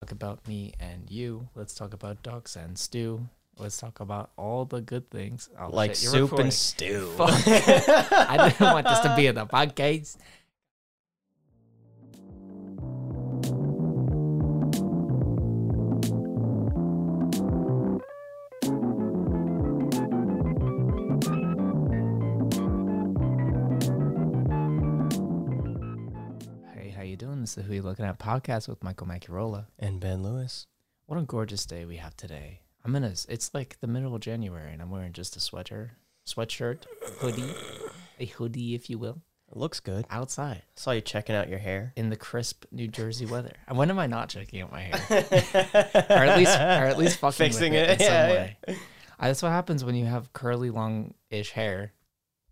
talk about me and you. Let's talk about ducks and stew. Let's talk about all the good things. Oh, like shit, you're soup recording. and stew. I didn't want this to be in the podcast. Hey, how you doing? This is Who You Looking At podcast with Michael Macarola. and Ben Lewis. What a gorgeous day we have today. I'm in a, it's like the middle of January and I'm wearing just a sweater, sweatshirt, hoodie, a hoodie, if you will, It looks good. outside saw you checking out your hair. in the crisp New Jersey weather. And when am I not checking out my hair? or Or at at least, or at least fucking with fixing it, it. in yeah, some way. Uh, That's what happens when you have curly, long ish hair,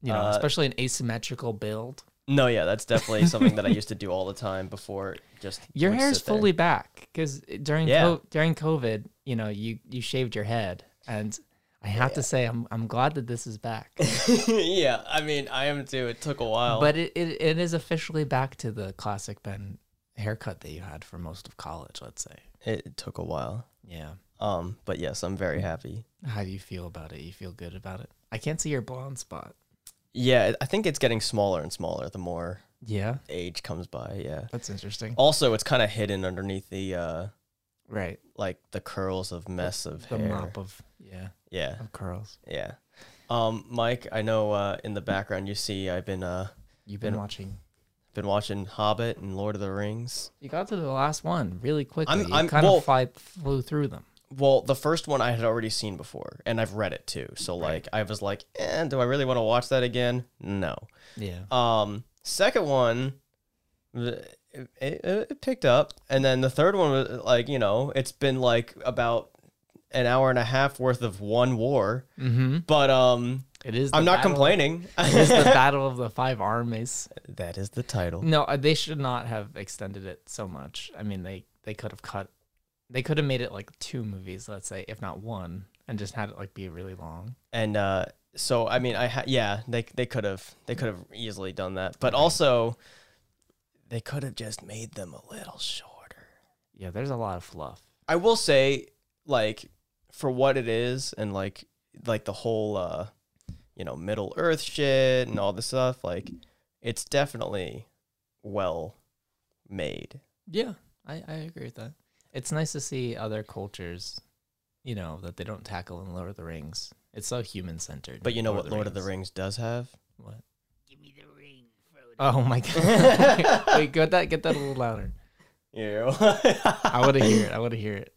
you know, Uh, especially an asymmetrical build. No, yeah, that's definitely something that I used to do all the time before. Just Your would hair's sit there. fully back because during Yeah. co- during COVID, you know, you you shaved your head, and I have to say, I'm I'm glad that this is back. yeah, I mean, I am too. It took a while. But it, it, it is officially back to the classic Ben haircut that you had for most of college, let's say. it took a while. Yeah. Um, but yes, I'm very happy. How do you feel about it? You feel good about it? I can't see your blonde spot. Yeah, I think it's getting smaller and smaller the more Yeah. age comes by. Yeah. That's interesting. Also, it's kind of hidden underneath the uh, Right. like the curls of mess of The hair. mop of yeah, Yeah. of curls. Yeah. Um, Mike, I know uh, in the background you see I've been uh, You've been Yeah. watching. been watching Hobbit and Lord of the Rings. You got to the last one really quickly. I'm- you I'm- kind well- of fly, flew through them. Well, the first one I had already seen before, and I've read it too. So like I was like, eh, do I really want to watch that again? No. Yeah. Um, second one, it, it, it picked up, and then the third one was like you know it's been like about an hour and a half worth of one war, Mm-hmm. but um, It is. I'm the not battle- complaining. It is the battle of the five armies. that is the title. No, uh, they should not have extended it so much. I mean, they they could have cut, they could have made it like two movies, let's say, if not one, and just had it like be really long. and uh, so I mean, I ha- yeah, they they could have they could have easily done that, but also they could have just made them a little shorter. Yeah, there's a lot of fluff. I will say, like for what it is, and like like the whole uh, you know Middle Earth shit and all this stuff, like it's definitely well made. Yeah, I I agree with that. It's nice to see other cultures, you know, that they don't tackle in Lord of the Rings. It's so human centered. But you know what Lord of the Rings does have? What? Oh my god! Frodo. Wait, get that get that a little louder. You. I want to hear it. I want to hear it.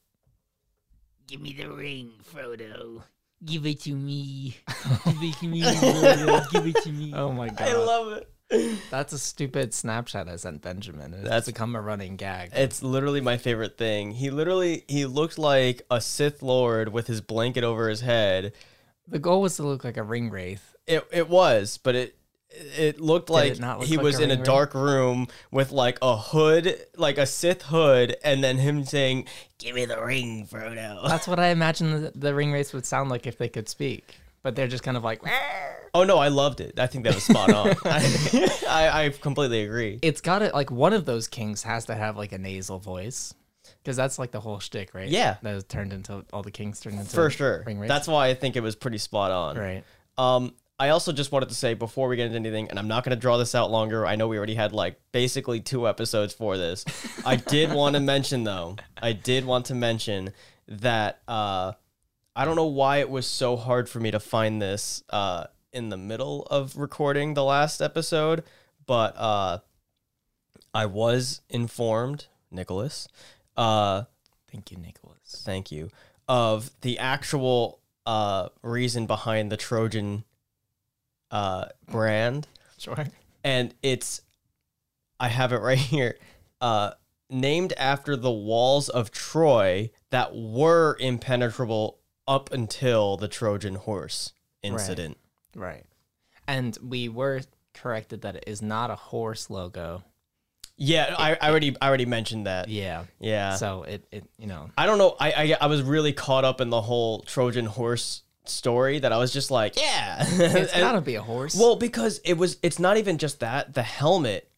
Give me the ring, Frodo. Give it to me. Give it to me, Give it to me. Oh my god! I love it. That's a stupid Snapchat I sent Benjamin. And it's That's- become a running gag. It's literally my favorite thing. He literally he looked like a Sith Lord with his blanket over his head. The goal was to look like a ring wraith. It it was, but it it looked like it not look he like was a in a ring ring? dark room with like a hood, like a Sith hood, and then him saying, Give me the ring, Frodo. That's what I imagine the, the ring wraiths would sound like if they could speak. But they're just kind of like, "Arr." "Oh no, I loved it. I think that was spot on. I, I I completely agree." it's got to, like, one of those kings has to have, like, a nasal voice. Because that's, like, the whole shtick, right? Yeah. That was turned into, all the kings turned into For sure. ring wraiths. That's why I think it was pretty spot on. right. Um, I also just wanted to say before we get into anything, and I'm not going to draw this out longer. I know we already had like basically two episodes for this. I did want to mention though, I did want to mention that uh, I don't know why it was so hard for me to find this uh, in the middle of recording the last episode, but uh, I was informed, Nicholas. Uh, Thank you, Nicholas. thank you of the actual uh reason behind the trojan uh brand Sure. and it's i have it right here uh named after the walls of troy that were impenetrable up until the trojan horse incident Right. And we were corrected that it is not a horse logo. yeah I, I already i already mentioned that Yeah. yeah so it, it, you know, I don't know. I, I I was really caught up in the whole Trojan horse story that I was just like, yeah, it's And- got to be a horse. Well, because it was it's not even just that. The helmet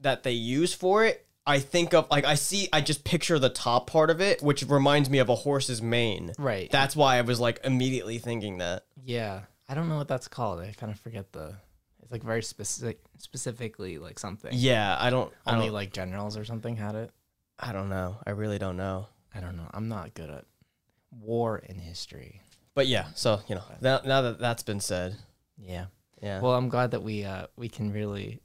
that they use for it I think of like I see I just picture the top part of it, which reminds me of a horse's mane. Right. That's why I was like immediately thinking that. yeah. I don't know what that's called. I kind of forget the. It's like very specific, specifically like something. Yeah, I don't I Only don't, like generals or something had it. I don't know. I really don't know. I don't know. I'm not good at war in history. But yeah, so you know, now, now that that's been said, Yeah. yeah. Well, I'm glad that we uh we can really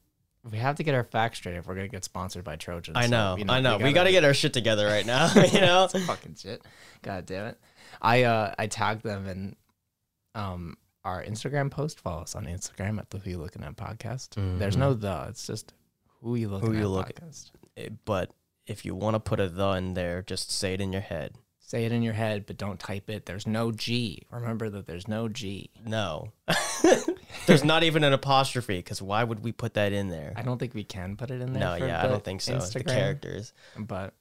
we have to get our facts straight if we're gonna get sponsored by Trojan. I so, know, you I know. We got to get our shit together right now. you know, fucking shit. God damn it. I uh I tagged them in um our Instagram post. Follow us on Instagram at the Who You Looking At podcast. There's no the. It's just Who You Looking Mm-hmm. You At Look- podcast. Eh, but if you want to put a the in there, just say it in your head. Say it in your head, but don't type it. There's no G. Remember that there's no G. No, there's not even an apostrophe because why would we put that in there? I don't think we can put it in there. No, for yeah, I the don't think so. The Instagram. characters. but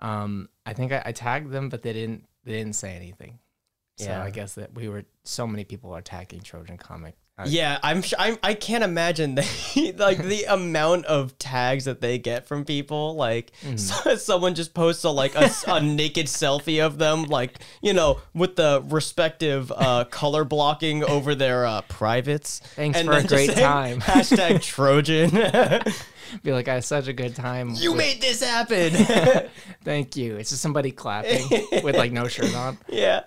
um, I think I, I tagged them, but they didn't they didn't say anything. So Yeah. I guess that we were so many people are tagging Trojan comic. uh, I- Yeah, I'm. Sh- I'm I can't imagine the like the amount of tags that they get from people. Like Hmm. so- someone just posts a like a, s- a naked selfie of them, like you know, with the respective uh, color blocking over their uh, privates. Thanks And for a then just great saying, time. Hashtag Trojan. Be like, I had such a good time. you with- made this happen. Thank you. It's just somebody clapping with like no shirt on. yeah.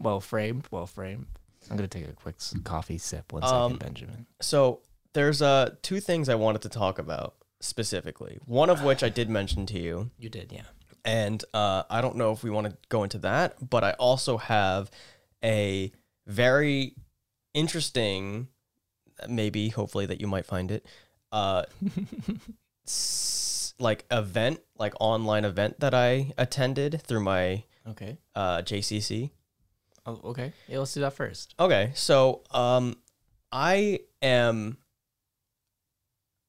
Well framed. Well framed. I'm gonna take a quick s- coffee sip. One second, Um, Benjamin. So there's uh two things I wanted to talk about specifically. One of which I did mention to you. You did, yeah. And uh, I don't know if we want to go into that, but I also have a very interesting, maybe, hopefully, that you might find it, uh, s- like event, like online event that I attended through my Okay. uh, JCC. Oh, okay. Yeah, let's do that first. Okay, so um, I am,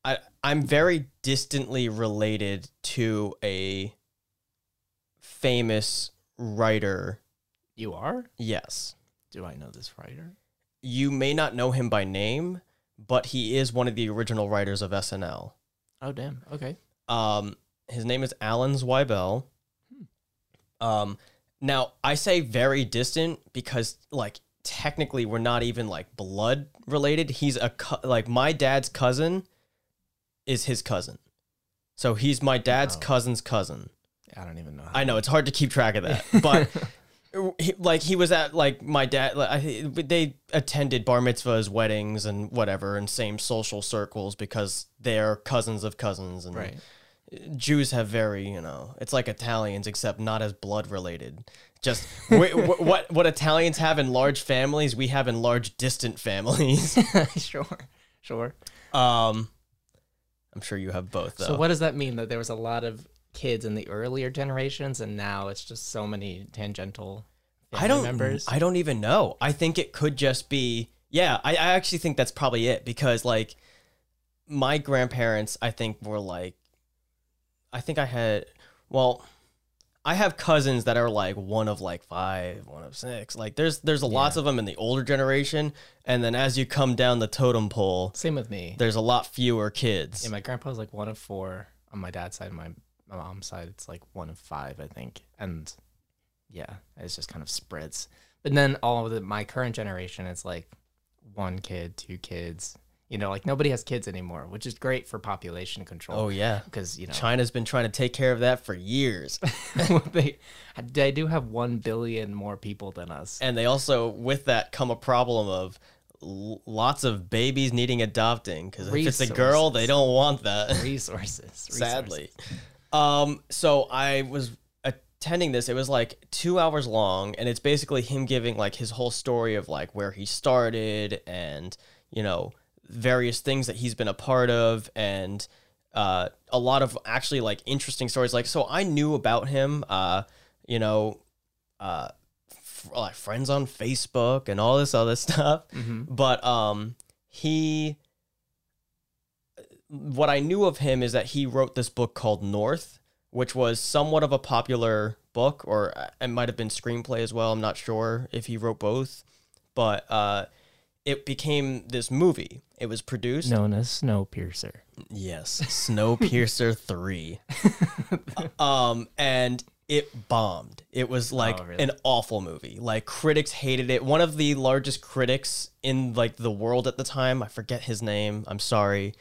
I I'm very distantly related to a famous writer. You are? Yes, Do I know this writer? you may not know him by name, but he is one of the original writers of SNL. Oh damn. Okay. Um, his name is Alan Zweibel. Um, now I say very distant because like technically we're not even like blood related. He's a co- like my dad's cousin is his cousin, so he's my dad's Oh. cousin's cousin. I don't even know. How I know it's hard to keep track of that, but. He, like he was at like my dad like, I- they attended bar mitzvahs weddings and whatever and same social circles because they're cousins of cousins and right. Jews have very, you know, it's like Italians except not as blood related. Just we, wh- what what Italians have in large families, we have in large distant families. sure. Sure. Um, I'm sure you have both though. So what does that mean that there was a lot of kids in the earlier generations and now it's just so many tangential family I don't members? I don't even know. I think it could just be yeah. I, I actually think that's probably it because like my grandparents, I think were like, I think I had well. I have cousins that are like one of like five, one of six. Like there's there's a lots of them in the older generation, and then as you come down the totem pole, Same with me. there's a lot fewer kids. Yeah, my grandpa's like one of four on my dad's side. My, my mom's side, it's like one of five, I think. And yeah, it just kind of spreads. But then all of the, my current generation, it's like one kid, two kids. You know, like nobody has kids anymore, which is great for population Oh control. yeah, Because, you know, China's been trying to take care of that for years. they, they do have 1 billion more people than us. and they also with that come a problem of l- lots of babies needing adopting because if it's a girl they Resources. don't want that resources. sadly resources. um so i was attending this it was like two hours long and it's basically him giving like his whole story of like where he started and you know various things that he's been a part of and uh, a lot of actually like interesting stories like so i knew about him uh, you know uh, f- like friends on Facebook and all this other stuff. Mm-hmm. But um, he, what I knew of him is that he wrote this book called North, which was somewhat of a popular book, or it might have been screenplay as well. I'm not sure if he wrote both, but uh, it became this movie. It was produced. known as Snowpiercer. Yes, Snowpiercer 3. um and it bombed. It was like Oh, really? an awful movie. Like critics hated it. One of the largest critics in like the world at the time, I forget his name. I'm sorry.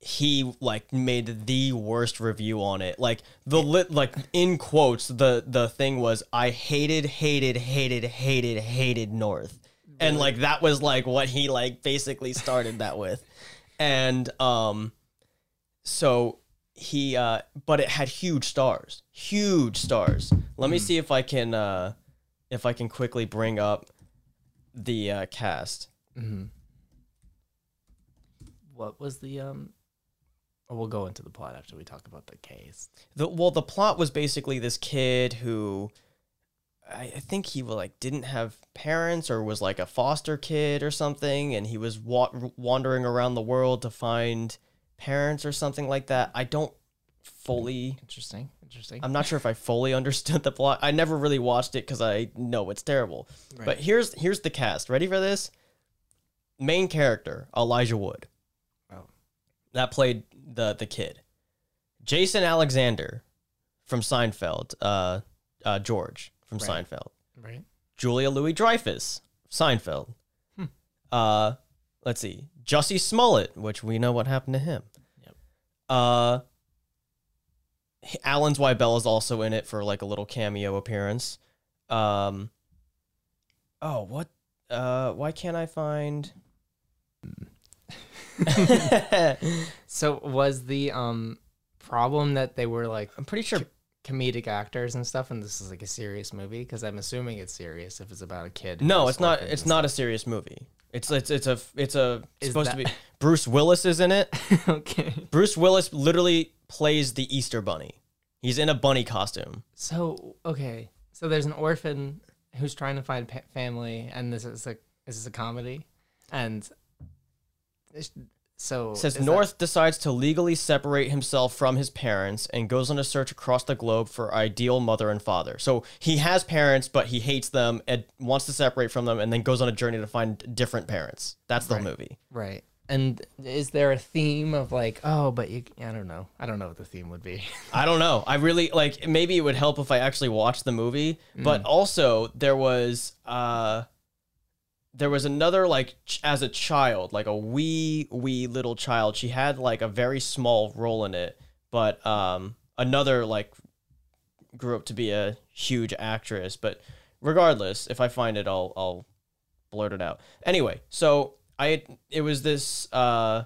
He like made the worst review on it. Like the lit like in quotes the the thing was I hated hated hated hated hated North. And like that was like what he like basically started that with. And um so he uh but it had huge stars huge stars let me see if i can uh if i can quickly bring up the uh cast Mm-hmm. What was the um? Oh, we'll go into the plot after we talk about the case. the well the plot was basically this kid who I, I think he was like didn't have parents or was like a foster kid or something and he was wa- wandering around the world to find parents or something like that i don't fully Interesting. Interesting. I'm not sure if I fully understood the plot. I never really watched it because I know it's terrible. But here's here's the cast. Ready for this? Main character Elijah Wood. Oh. That played the the kid. Jason Alexander from Seinfeld. Uh, uh, George from Right. Seinfeld. right. Julia Louis Dreyfus, Seinfeld. Hmm. Uh, let's see, Jussie Smollett, which we know what happened to him. Yep. Uh, H- Alan Zwybell is also in it for like a little cameo appearance. Um, oh, what? Uh, why can't I find? I'm So was the um problem that they were like pretty sure. comedic actors and stuff, and this is like a serious movie because I'm assuming it's serious if it's about a kid. who No, was it's not. orphaned It's and not a serious movie. It's it's it's a it's a Is it's supposed to that- be. Bruce Willis is in it. stuff. okay. Bruce Willis literally plays the Easter Bunny. He's in a bunny costume. So okay, so there's an orphan who's trying to find pa- family, and this is a this is a comedy, and it's- so Says is that- North decides to legally separate himself from his parents and goes on a search across the globe for ideal mother and father. So he has parents, but he hates them and wants to separate from them, and then goes on a journey to find different parents. That's the movie. right. And is there a theme of like, oh, but you, I don't know. I don't know what the theme would be. I don't know. I really like. Maybe it would help if I actually watched the movie. But also, there was uh, there was another like ch- as a child, like a wee wee little child. She had like a very small role in it, but um, another like grew up to be a huge actress. But regardless, if I find it, I'll I'll blurt it out. Anyway, so I it was this uh,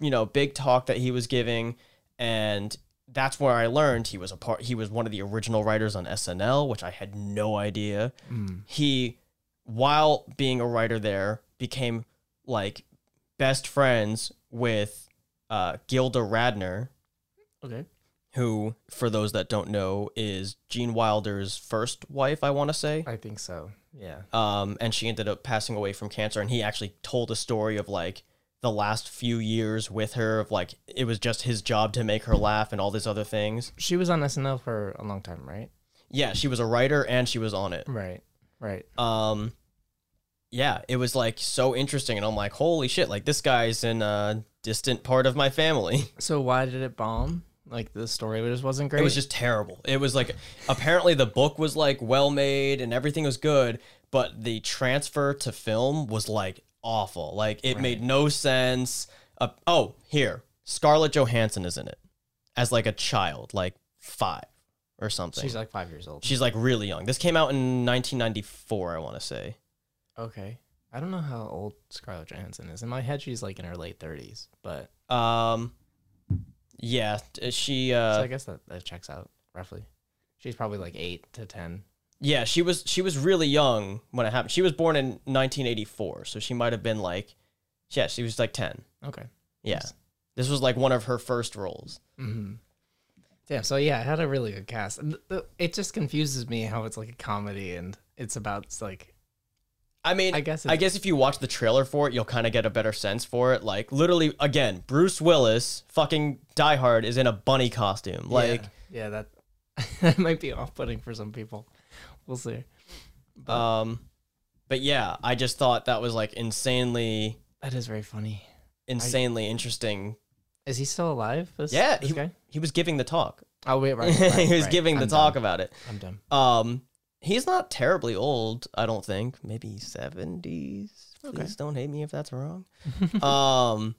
you know big talk that he was giving and that's where I learned he was a part. He was one of the original writers on SNL, which I had no idea. Mm. He, while being a writer there, became like best friends with uh, Gilda Radner, okay. who, for those that don't know, is Gene Wilder's first wife. I want to say I think so. Yeah. um, and she ended up passing away from cancer. And he actually told a story of like the last few years with her, of like it was just his job to make her laugh and all these other things. She was on SNL for a long time, right? Yeah, she was a writer and she was on it. Right. Right. Um, yeah, it was like so interesting, and I'm like, holy shit! Like this guy's in a distant part of my family. So why did it bomb? Like the story just wasn't great. It was just terrible. It was like apparently the book was like well made and everything was good, but the transfer to film was like awful. Like it made no sense. Uh, oh, here Scarlett Johansson is in it as like a child, like five or something. she's like five years old. She's like really young. This came out in 1994, I want to say. okay. I don't know how old Scarlett Johansson is. In my head, she's like in her late thirties, but Um, yeah, t- she. Uh, so I guess that, that checks out roughly. She's probably like eight to ten. Yeah, she was she was really young when it happened. She was born in 1984, so she might have been like, yeah, she was like 10. Okay. Yeah, Nice. this was like one of her first roles. Mm-hmm. Damn. So yeah, it had a really good cast. And th- it just confuses me how it's like a comedy and it's about it's like I mean, I I guess guess it's- I guess if you watch the trailer for it, you'll kind of get a better sense for it. Like literally, again, Bruce Willis, fucking Die Hard, is in a bunny costume. Like, yeah, yeah that that might be off putting for some people. We'll see. um, But yeah, I just thought that was like insanely, That is very funny. insanely interesting. Is he still alive? This, Yeah, This guy? He was giving the talk. Oh wait, right. right, he was right. giving the I'm talk Dumb. about it. I'm dumb. Um, he's not terribly old, I don't think. Maybe seventies. Please Okay. don't hate me if that's wrong. um,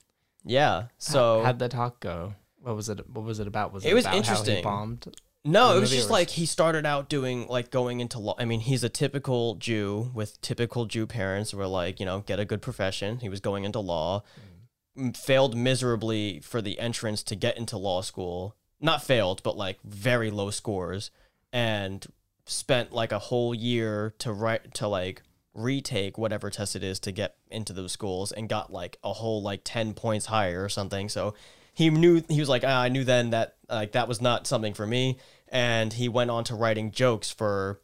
yeah. So how'd the talk go? What was it? What was it about? Was it, It was about How he interesting. bombed. no, the it was movie just or- like he started out doing like going into law. I mean, he's a typical Jew with typical Jew parents who were like, you know, get a good profession. He was going into law, m failed miserably for the entrance to get into law school. Not failed, but like very low scores, and spent like a whole year to write to like retake whatever test it is to get into those schools and got like a whole like 10 points higher or something so he knew he was like ah, i knew then that like that was not something for me and he went on to writing jokes for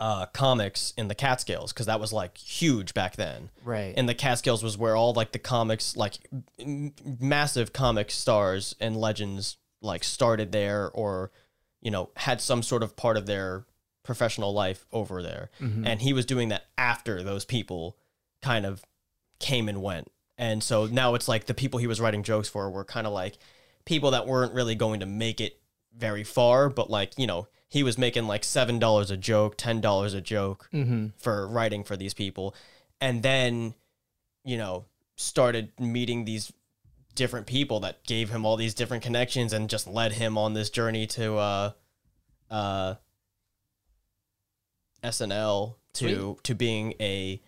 uh comics in the catskills because that was like huge back then Right. and the Catskills was where all like the comics, like m- massive comic stars and legends, like started there, or you know had some sort of part of their professional life over there. Mhm. And he was doing that after those people kind of came and went, and so now it's like the people he was writing jokes for were kind of like people that weren't really going to make it very far, but like you know he was making like seven dollars a joke, ten dollars a joke mm-hmm. for writing for these people and then you know started meeting these different people that gave him all these different connections and just led him on this journey to uh uh SNL to to being a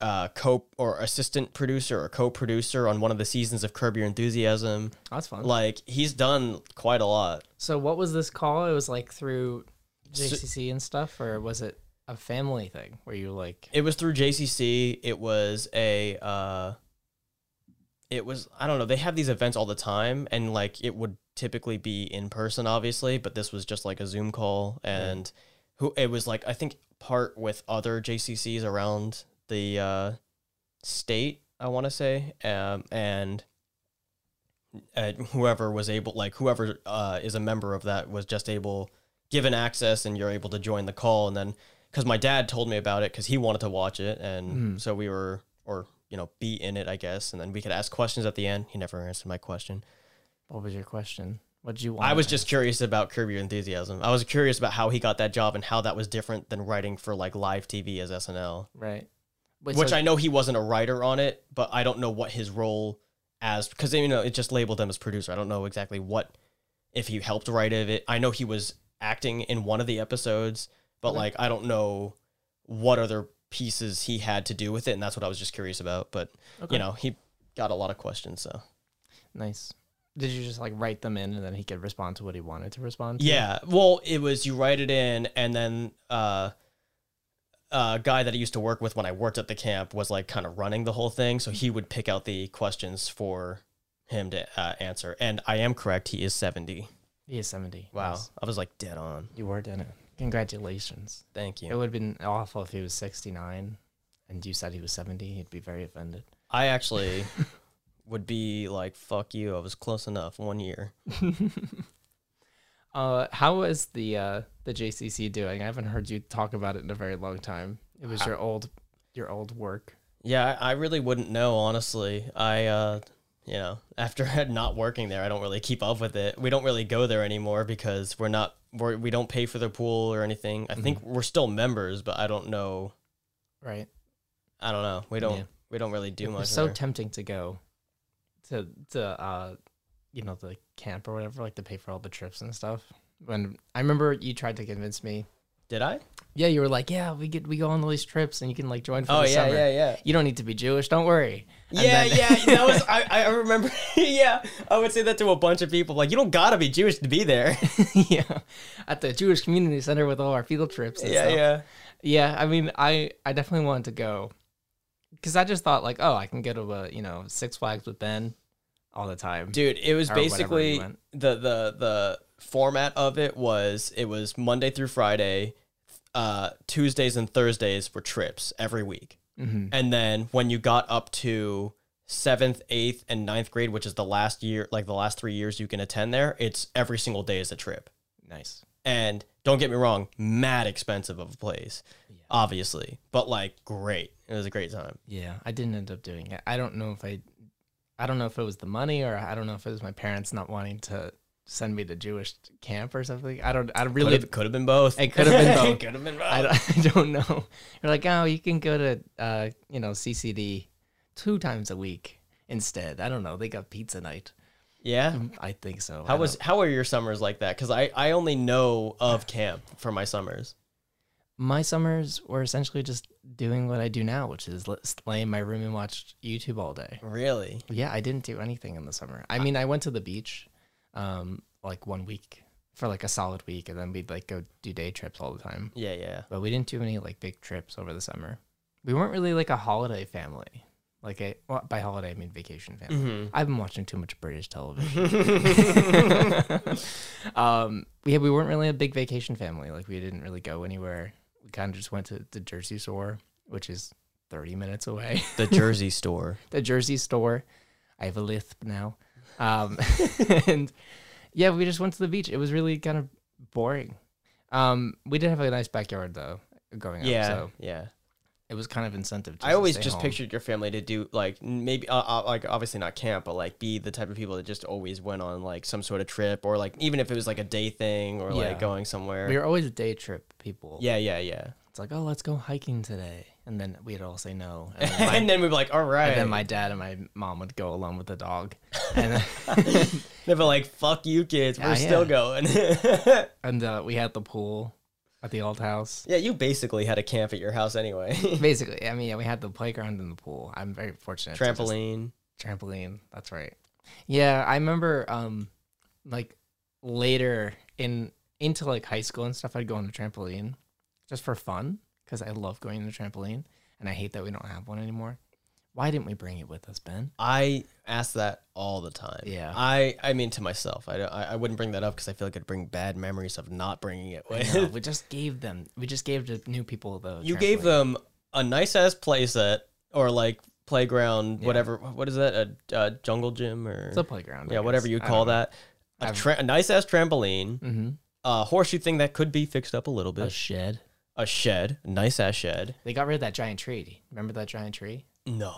uh co or assistant producer or co-producer on one of the seasons of Curb Your Enthusiasm That's fun. like he's done quite a lot so what was this call? It was like through So- JCC and stuff, or was it a family thing where you like? It was through JCC. It was a. Uh, it was I don't know. They have these events all the time, and like it would typically be in person, obviously, but this was just like a Zoom call, and who it was like I think part with other JCCs around the uh, state. I want to say, um, and uh, whoever was able, like whoever uh, is a member of that, was just able given access, and you're able to join the call, and then because my dad told me about it because he wanted to watch it, and Mm. so we were, or you know, be in it, I guess, and then we could ask questions at the end. He never answered my question. What was your question? What did you want? I was to just curious about Curb Your Enthusiasm. I was curious about how he got that job and how that was different than writing for like live TV as SNL, ask? right. Wait, which so- I know he wasn't a writer on it, but I don't know what his role as because you know it just labeled him as producer. I don't know exactly what if he helped write of it. I know he was acting in one of the episodes, but Okay. like I don't know what other pieces he had to do with it, and that's what I was just curious about. But Okay. you know, he got a lot of questions, so nice. Did you just like write them in and then he could respond to what he wanted to respond? to? yeah. Well, it was you write it in, and then uh, a guy that I used to work with when I worked at the camp was like kind of running the whole thing, so he would pick out the questions for him to uh, answer. And I am correct; he is seventy. He is seventy. Wow, Nice. I was like dead on. You were done it. Congratulations. Thank you. It would have been awful if he was 69 and you said he was 70. He'd be very offended. I actually would be like, "Fuck you!" I was close enough. One year. Uh, how is the uh, the JCC doing? I haven't heard you talk about it in a very long time. It was your old your old work. Yeah, I, I really wouldn't know, honestly. I, uh, you know, after not working there, I don't really keep up with it. We don't really go there anymore because we're not, we're, we don't pay for the pool or anything. I think Mm-hmm. we're still members, but I don't know. Right. I don't know. We don't, Yeah. we don't really do It much. was so there. tempting to go to to uh, you know the camp or whatever, like to pay for all the trips and stuff. When I remember you tried to convince me. Did I? Yeah, you were like, yeah, we get we go on all these trips and you can like join for Oh the yeah, summer. yeah, yeah. You don't need to be Jewish. Don't worry. And Yeah, then- yeah, that was I. I remember. yeah, I would say that to a bunch of people. Like, you don't gotta be Jewish to be there. yeah, at the Jewish Community Center with all our field trips. And yeah, stuff. yeah. yeah. I mean, I I definitely wanted to go because I just thought like, oh, I can go to a you know Six Flags with Ben all the time. dude it was Or whatever you basically went. the the the format of it was it was monday through friday uh tuesdays and thursdays were trips every week Mhm. and then when you got up to seventh eighth and ninth grade which is the last year like the last three years you can attend there it's every single day is a trip Nice. and Don't get me wrong, mad expensive of a place, obviously, but like great. It was a great time. Yeah, I didn't end up doing it. I don't know if I, I don't know if it was the money or I don't know if it was my parents not wanting to send me to Jewish camp or something. I don't. I Could really. have, been both. It could have been both. could have been I both. don't, I don't know. You're like, oh, you can go to, uh, you know, CCD two times a week instead. I don't know. They got pizza night. Yeah. I think so. I Um, How was don't- how were your summers like that? Because I I only know of camp for my summers. my summers were essentially just doing what I do now, which is li- lay in my room and watch YouTube all day. Really? Yeah, I didn't do anything in the summer. I mean, I went to the beach, um, like one week for like a solid week, and then we'd like go do day trips all the time. Yeah, yeah. But we didn't do any like big trips over the summer. We weren't really like a holiday family. Like a well, by holiday I mean vacation family. Mm-hmm. I've been watching too much British television. um, yeah, we weren't really a big vacation family. Like we didn't really go anywhere. We kind of just went to the Jersey Store, which is 30 minutes away. The Jersey store. the Jersey Store. I have a lisp now. Um, and yeah, we just went to the beach. It was really kind of boring. Um, we did have a nice backyard though growing up. Yeah, So yeah. it was kind of incentive. Just I to always stay just home. pictured your family to do like n- maybe uh, uh, like obviously not camp, but like be the type of people that just always went on like some sort of trip or like even if it was like a day thing or Yeah. like going somewhere. We were always day trip people. yeah, yeah, yeah. It's like, oh, let's go hiking today. And then we'd all say no. And then, my, and then we'd be like, all right. and then my dad and my mom would go alone with the dog. And, then, They'd be like, fuck you kids, we're Yeah, yeah. still going. and uh, we had the pool at the old house. yeah, you basically had a camp at your house anyway. Basically, I mean, yeah, we had the playground and the pool. I'm very fortunate. to just- Trampoline. trampoline. That's right. Yeah, I remember um like later in into like high school and stuff I'd go on the trampoline just for fun cuz I love going to the trampoline and I hate that we don't have one anymore. Why didn't we bring it with us, Ben? I ask that all the time. Yeah. I I mean to myself, I don't- I, I wouldn't bring that up because I feel like it'd bring bad memories of not bringing it with. No, we just gave them. We just gave the new people the you gave trampoline. them a nice ass playset or like playground, Yeah. whatever. What is that? A, a jungle gym or the playground. yeah, whatever you'd call that. A, I've- tra- a nice ass trampoline, Mm-hmm. a horseshoe thing that could be fixed up a little A bit, shed. a shed, nice ass shed. They got rid of that giant tree. Remember that giant tree? No,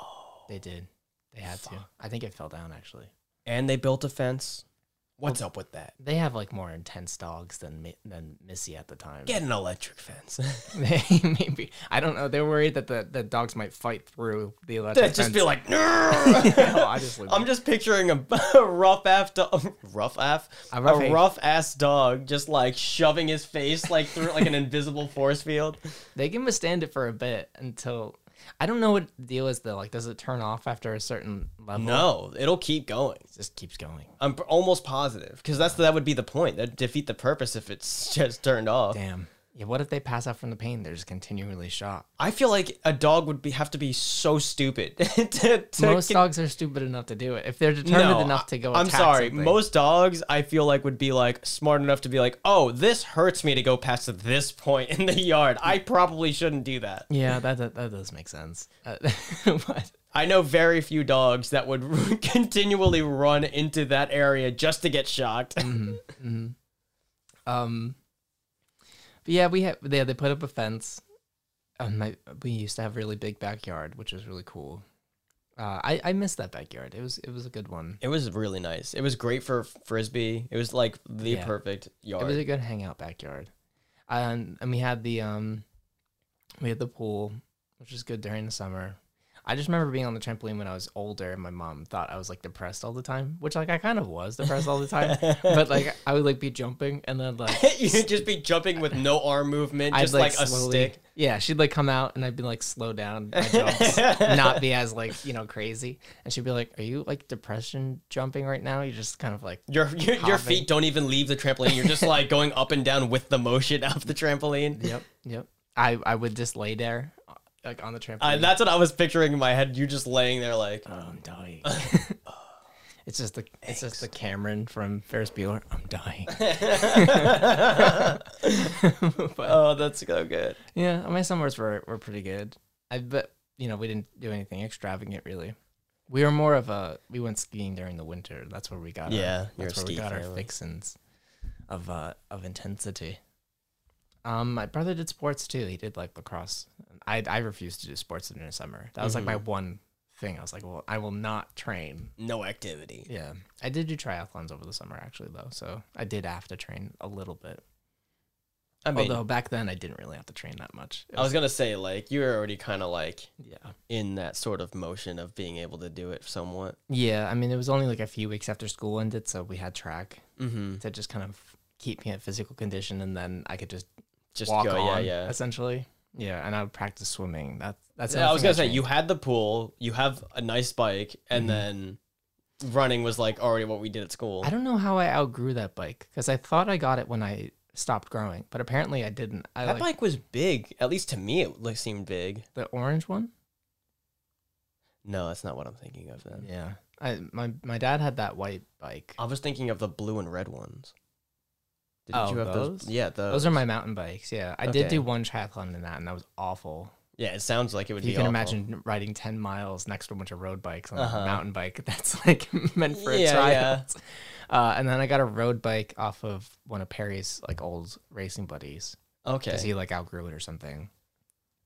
They did. They had to. I think it fell down actually. and they built a fence. Oh. What's up with that? They have like more intense dogs than Mi- than Missy at the time. Get an electric fence. maybe I don't know. They're worried that the, the dogs might fight through the electric They'd just fence. be like, no. no, I just leave I'm it. just picturing a, a rough ass dog, rough ass, A a rough rough, ass. ass dog, just like shoving his face like through like an invisible force field. they can withstand it for a bit until I don't know what the deal is though. Like, does it turn off after a certain level? No, it'll keep going. it just keeps going. I'm p- almost positive because that's that would be the point. That'd defeat the purpose if it's just turned off. Damn. Yeah. What if they pass out from the pain? They're just continually shot. I feel like a dog would be have to be so stupid to, to Most con- dogs are stupid enough to do it if they're determined No, enough to go. I'm attack sorry. something. Most dogs, I feel like, would be like smart enough to be like, "Oh, this hurts me to go past this point in the yard. I probably shouldn't do that." Yeah, that that, that does make sense. Uh, but I know very few dogs that would continually run into that area just to get shocked. Mm. Um, but yeah, we had yeah they put up a fence. Um, my, we used to have really big backyard, which was really cool. Uh, I I miss that backyard. It was it was a good one. It was really nice. It was great for frisbee. It was like the Yeah. perfect yard. It was a good hangout backyard. Um, and we had the um, we had the pool, which was good during the summer. I just remember being on the trampoline when I was older, and my mom thought I was like depressed all the time, which like I kind of was depressed all the time. but like I would like be jumping, and then like You'd just be jumping with no arm movement, I'd just like, a stick. Yeah, she'd like come out and I'd be like slow down my jumps, not be as like you know crazy, and she'd be like, "Are you like depression jumping right now? You're just kind of like Your your, your feet don't even leave the trampoline. You're just like going up and down with the motion of the trampoline. yep, yep." I I would just lay there like on the trampoline. Uh, that's what I was picturing in my head. You just laying there like, oh, I'm dying. it's just the it's just the Cameron from Ferris Bueller. I'm dying. Oh. But- oh, that's so good. Yeah, my summers were were pretty good. I but you know we didn't do anything extravagant really. We were more of a we went skiing during the winter. That's where we got Yeah, our, you're that's a where we ski got our family. fixins of uh of intensity. Um, my brother did sports too. He did like lacrosse. I I refused to do sports in the summer. That was like my Mm-hmm. one thing. I was like, well, I will not train. No activity. Yeah, I did do triathlons over the summer actually though, so I did have to train a little bit. I mean, Oh. Although back then I didn't really have to train that much. It I was gonna say like you were already kind of like yeah. in that sort of motion of being able to do it somewhat. Yeah, I mean, it was only like a few weeks after school ended, so we had track Mm-hmm. to just kind of keep me in physical condition, and then I could just, Just walk go, on, yeah, yeah. essentially. Yeah, and I would practice swimming. That, that's Yeah, I was gonna say you had the pool, you have a nice bike, and Mm-hmm. then running was like already what we did at school. I don't know how I outgrew that bike because I thought I got it when I stopped growing, but apparently I didn't. I that like bike was big, at least to me. It like, seemed big. the orange one. No, that's not what I'm thinking of. Then Yeah, I my my dad had that white bike. I was thinking of the blue and red ones. did Oh, you have those? those? Yeah, those. Those are my mountain bikes. Yeah, I did Okay. do one triathlon in that, and that was awful. yeah, it sounds like it If would be. you can awful. imagine riding 10 miles next to a bunch of road bikes on Uh-huh. a mountain bike that's like meant for a Yeah, trial. yeah. Uh, and then I got a road bike off of one of Perry's like old racing buddies Okay. because he like outgrew it or something.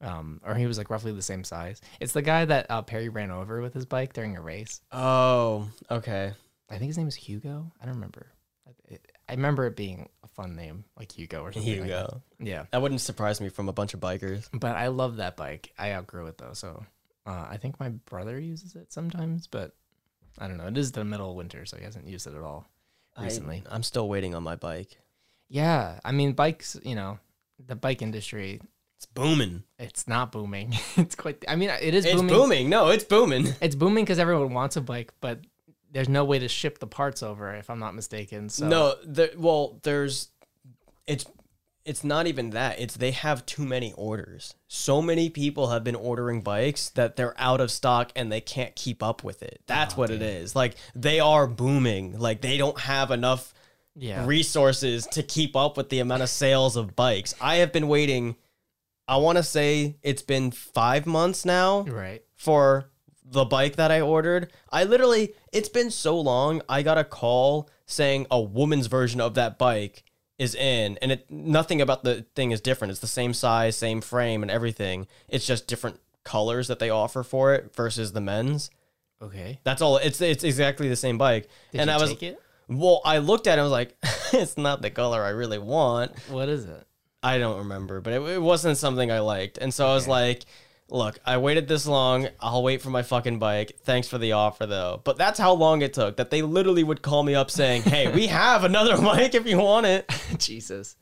Um, or he was like roughly the same size. It's the guy that uh, Perry ran over with his bike during a race. oh, okay. I think his name is Hugo. I don't remember. I, it, I remember it being a fun name like Hugo or something. like that. Hugo. yeah. That wouldn't surprise me from a bunch of bikers. But I love that bike. I outgrew it though, so uh, I think my brother uses it sometimes. But I don't know. It is the middle of winter, so he hasn't used it at all recently. I, am still waiting on my bike. yeah, I mean bikes. You know, the bike industry. It's booming. It's not booming. it's quite. I mean, it is It's, booming. booming. No, it's booming. It's booming because everyone wants a bike, but there's no way to ship the parts over, if I'm not mistaken. So No, the, well, there's it's it's not even that. It's they have too many orders. So many people have been ordering bikes that they're out of stock and they can't keep up with it. Oh, That's what it is. Like they are booming. Like they don't have enough yeah, resources to keep up with the amount of sales of bikes. I have been waiting I want to say it's been 5 months now right. for the bike that I ordered. I literally, it's been so long. I got a call saying a woman's version of that bike is in, and it nothing about the thing is different. It's the same size, same frame, and everything. It's just different colors that they offer for it versus the men's. Okay. That's all. It's it's exactly the same bike. Did and you I was take it? well, I looked at it. I was like, it's not the color I really want. What is it? I don't remember, but it, it wasn't something I liked. And so I was like, look, I waited this long. I'll wait for my fucking bike. Thanks for the offer, though. But that's how long it took that they literally would call me up saying, hey, we have another bike if you want it. Jesus.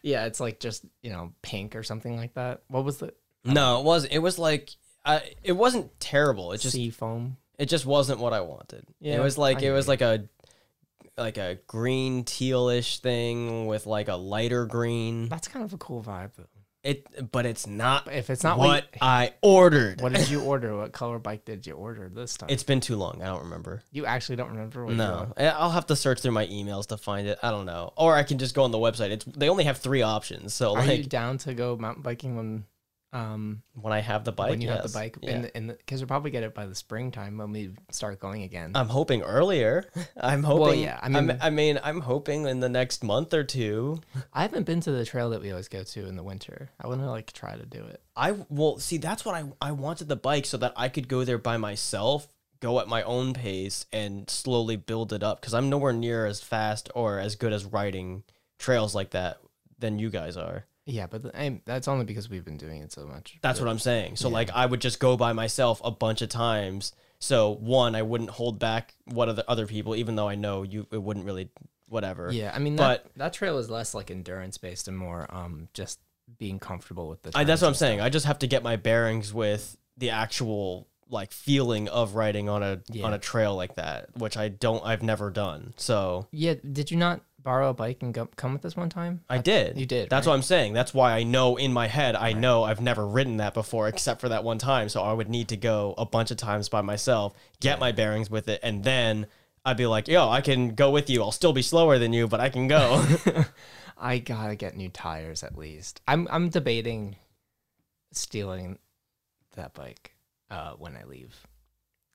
Yeah, it's like just you know pink or something like that. What was the No, it was. It was like, I, it wasn't terrible. It just, sea foam? it just wasn't what I wanted. Yeah, it was like, I it hear was you. like a, like a green tealish thing with like a lighter green. That's kind of a cool vibe. Though. It, but it's not If it's not what what, I ordered. what did you order? What color bike did you order this time? It's been too long. I don't remember. you actually don't remember. What No, I- I'll have to search through my emails to find it. I don't know, or I can just go on the website. It's they only have three options. So you ordered. are like you down to go mountain biking when, um, when I have the bike, when you have yes. the bike? Yeah. In the, in because you'll probably get it by the springtime when we start going again. I'm hoping earlier. I'm hoping. yeah, I I mean, mean- I mean, I'm hoping in the next month or two. I haven't been to the trail that we always go to in the winter. I want to like try to do it. I well see. That's what I I wanted the bike so that I could go there by myself, go at my own pace, and slowly build it up because I'm nowhere near as fast or as good as riding trails like that than you guys are. Yeah, but the, I, that's only because we've been doing it so much. That's what I'm saying. So like I would just go by myself a bunch of times. So one, I wouldn't hold back what other other people, even though I know you it wouldn't really whatever. Yeah, I mean, that, that trail is less like endurance based and more um just being comfortable with the. I, that's turns. what I'm saying. I just have to get my bearings with the actual like feeling of riding on a Yeah. on a trail like that, which I don't I've never done. So yeah, did you not borrow a bike and go, come with us one time? I did. you did, That's what I'm saying. That's why I know in my head I know I've never ridden that before except for that one time. So I would need to go a bunch of times by myself, get my bearings with it, and then I'd be like, yo, I can go with you. I'll still be slower than you, but I can go. I gotta get new tires at least. I'm I'm debating stealing that bike uh, when I leave.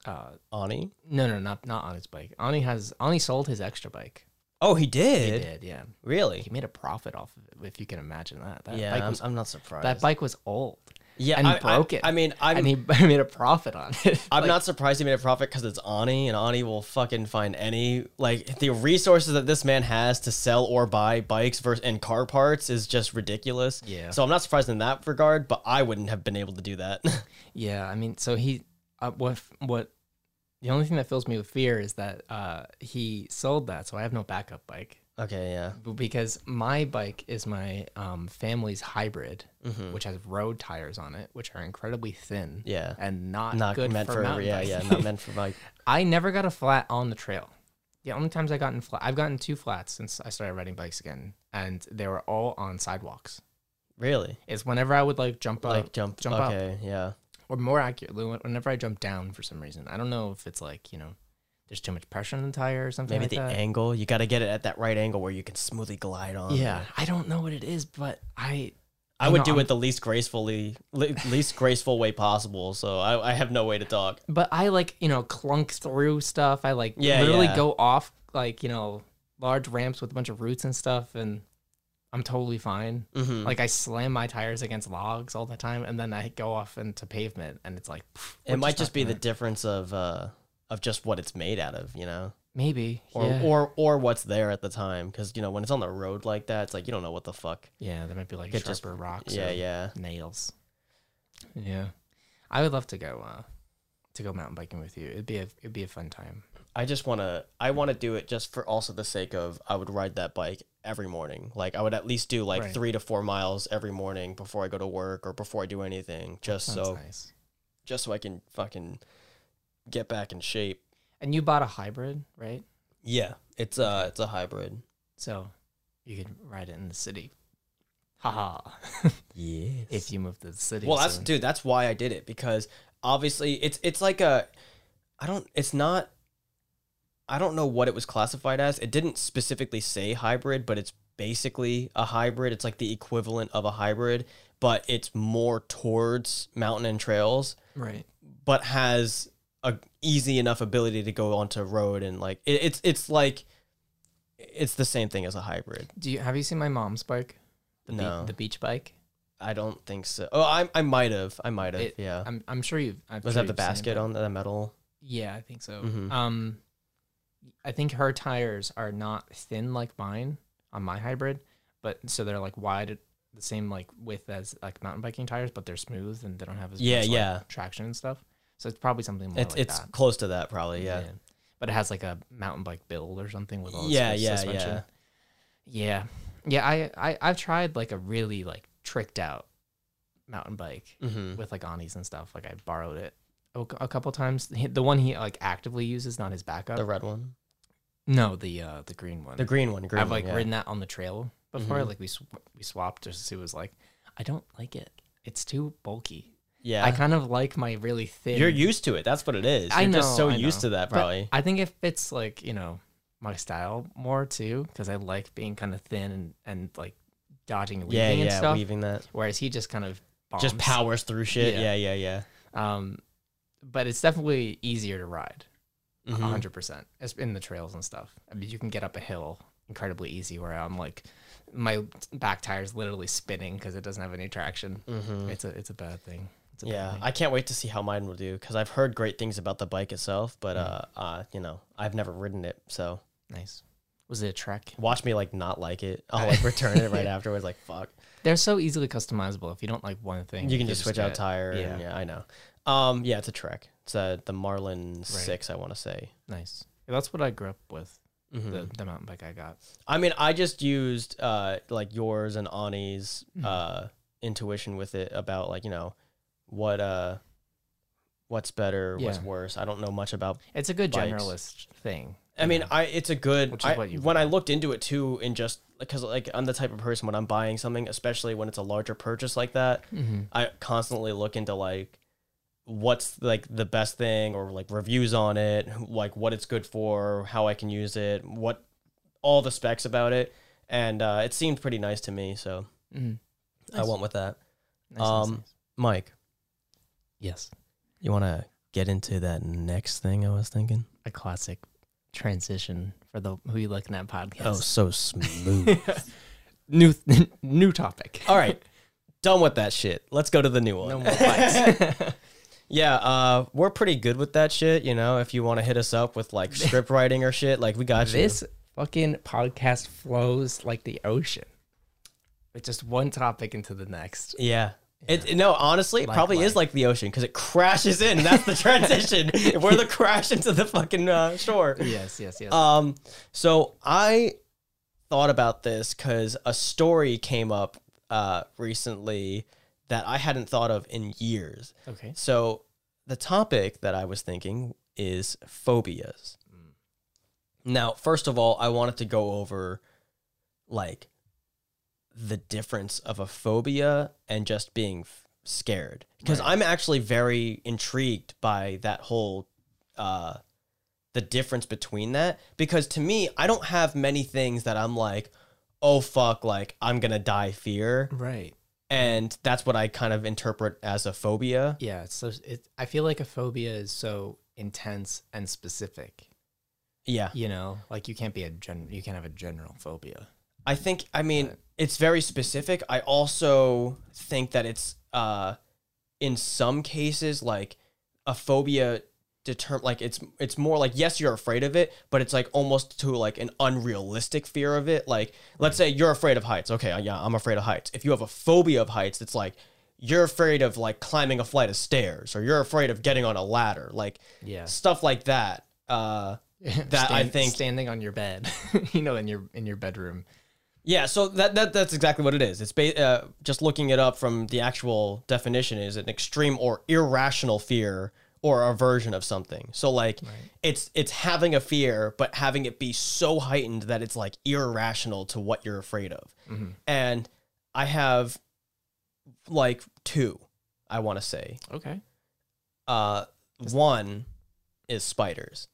Uh, Ani? no, no, not not Ani's bike. Ani has Ani sold his extra bike. Oh, he did. He did, yeah. Really? He made a profit off of it, if you can imagine that. That yeah, bike I'm, was I'm not surprised. that bike was old. yeah, and I, I- broke it. I mean, I'm, and he made a profit on it. I'm Like, not surprised he made a profit because it's Ani, and Ani will fucking find any like the resources that this man has to sell or buy bikes versus and car parts is just ridiculous. Yeah. So I'm not surprised in that regard, but I wouldn't have been able to do that. Yeah, I mean, so he, uh, what, what, the only thing that fills me with fear is that uh, he sold that, so I have no backup bike okay, yeah. B- because my bike is my um, family's hybrid, Mhm. which has road tires on it, which are incredibly thin, Yeah. and not, Not Ah, good meant for, for, mountain yeah, biking. yeah, not meant for bike. I never got a flat on the trail. The only times I gotten flat, I've gotten two flats since I started riding bikes again, and they were all on sidewalks. Really? It's whenever I would like jump up, like jump, jump up. okay, yeah. or more accurately, when- whenever I jump down for some reason, I don't know if it's like you know, there's too much pressure on the tire or something Maybe like the that. angle. You gotta get it at that right angle where you can smoothly glide on. yeah, I don't know what it is, but I I I would know, do I'm- it the least gracefully, le- least graceful way possible. So I, I have no way to talk. but I like you know clunk through stuff. I like Yeah, literally yeah. go off like you know large ramps with a bunch of roots and stuff, and I'm totally fine. Mm-hmm. Like I slam my tires against logs all the time, and then I go off into pavement, and it's like pff, we're it might just not be the gonna- difference of uh of just what it's made out of, you know, maybe or yeah. or or what's there at the time, because you know when it's on the road like that, it's like you don't know what the fuck. yeah, there might be like Could sharper just- rocks. yeah, or- yeah. nails. Yeah, I would love to go uh, to go mountain biking with you. It'd be a it'd be a fun time. I just wanna I wanna do it just for also the sake of I would ride that bike every morning. Like I would at least do like Right. three to four miles every morning before I go to work or before I do anything, just Sounds so nice. just so I can fucking get back in shape. And you bought a hybrid, right? Yeah, it's uh it's a hybrid. So you could ride it in the city. Haha! Yes. if you move to the city, Well, that's soon. dude. That's why I did it because obviously it's it's like a I don't. It's not. I don't know what it was classified as. It didn't specifically say hybrid, but it's basically a hybrid. It's like the equivalent of a hybrid, but it's more towards mountain and trails, right. but has a easy enough ability to go onto road and like it, it's it's like it's the same thing as a hybrid. Do you have you seen my mom's bike? The No. be- the beach bike. I don't think so. Oh, I I might have. I might have. It- Yeah. I'm I'm sure you've. I'm Uh. Does it sure have the you've seen it, basket but- on the metal? Yeah, I think so. Mhm. Um, I think her tires are not thin like mine on my hybrid, but so they're like wide, the same like width as like mountain biking tires, but they're smooth and they don't have as Yeah, much, like, yeah. traction and stuff. So it's probably something more It's like it's that. close to that probably. Yeah. but it has like a mountain bike build or something with all this Yeah, sus- yeah, suspension. yeah. yeah, yeah. I I I've tried like a really like tricked out mountain bike hmm with like Ani's and stuff. Like I borrowed it a, a couple times. He- The one he like actively uses, not his backup. The red one, no, the uh the green one. the green one, green. I've like one, yeah. ridden that on the trail before. Mhm. Like we sw- we swapped just to see. Was like I don't like it. It's too bulky. Yeah, I kind of like my really thin. you're used to it. That's what it is. I You're just know, so I used know. to that but probably. I think it fits like you know my style more too because I like being kind of thin and and like dodging and weaving yeah, and yeah, stuff. weaving that. Whereas he just kind of bombs. Just powers through shit. Yeah. Yeah, yeah, yeah. Um, but it's definitely easier to ride. Mhm. 100 percent as in the trails and stuff i mean you can get up a hill incredibly easy where i'm like my back tire's literally spinning because it doesn't have any traction Mhm. it's a it's a bad thing it's a bad Yeah, thing. I can't wait to see how mine will do because I've heard great things about the bike itself, but Mm. uh, uh, you know, I've never ridden it, so nice was it a trek watch me like not like it. I'll like return it right afterwards. Like fuck, they're so easily customizable if you don't like one thing you can just switch out get- tire. Yeah, yeah. yeah, I know. Um, yeah, it's a Trek. It's uh, the Marlin Six, I want to say. nice Mm-hmm. Yeah, that's what i grew up with Mhm. the, the mountain bike i got I mean, I just used uh like yours and Ani's Mm-hmm. uh intuition with it about like, you know, what uh what's better, what's Yeah. worse. I don't know much about it's a good Bikes. generalist thing I mean, I it's a good. Which is I- what you when I looked into it too, and just because like I'm the type of person when I'm buying something, especially when it's a larger purchase like that, mm-hmm. I constantly look into like what's like the best thing or like reviews on it, like what it's good for, how I can use it, what all the specs about it, and uh, it seemed pretty nice to me, so Mm-hmm. I Nice. went with that. Nice, nice, Um, nice. Mike, yes you want to get into that next thing I was thinking? a classic transition for the Who You Looking At podcast. Oh, so smooth. new th- new topic. All right. Done with that shit. Let's go to the new one. No more fights. Yeah, uh, we're pretty good with that shit. You know, if you want to hit us up with like script writing or shit, like we got you. this fucking podcast flows like the ocean. With just one topic into the next. Yeah. It, no, honestly, it Like probably is life. like the ocean because it crashes in. That's the transition. We're the crash into the fucking uh, shore. Yes, yes, yes. Um, so I thought about this because a story came up uh, recently that I hadn't thought of in years. okay. So the topic that I was thinking is phobias. Now, first of all, I wanted to go over like the difference of a phobia and just being f- scared because Right. I'm actually very intrigued by that whole uh the difference between that because to me, I don't have many things that I'm like, "Oh fuck, like I'm going to die fear." Right. And that's what I kind of interpret as a phobia. Yeah. So it, I feel like a phobia is so intense and specific. Yeah. You know, like you can't be a gen. You can't have a general phobia. I think I mean Right. it's very specific. I also think that it's uh in some cases like a phobia determ like it's it's more like yes you're afraid of it, but it's like almost to like an unrealistic fear of it. Like let's say you're afraid of heights. Okay, yeah, I'm afraid of heights. If you have a phobia of heights, it's like you're afraid of like climbing a flight of stairs or you're afraid of getting on a ladder. Like Yeah. stuff like that. Uh That I think- standing on your bed, you know, in your in your bedroom. Yeah, so that, that that's exactly what it is. It's ba- uh, just looking it up from the actual definition is an extreme or irrational fear or aversion of something. So like it's it's having a fear but having it be so heightened that it's like irrational to what you're afraid of. Mm-hmm. And I have like two, I want to say. Okay. Uh one is spiders.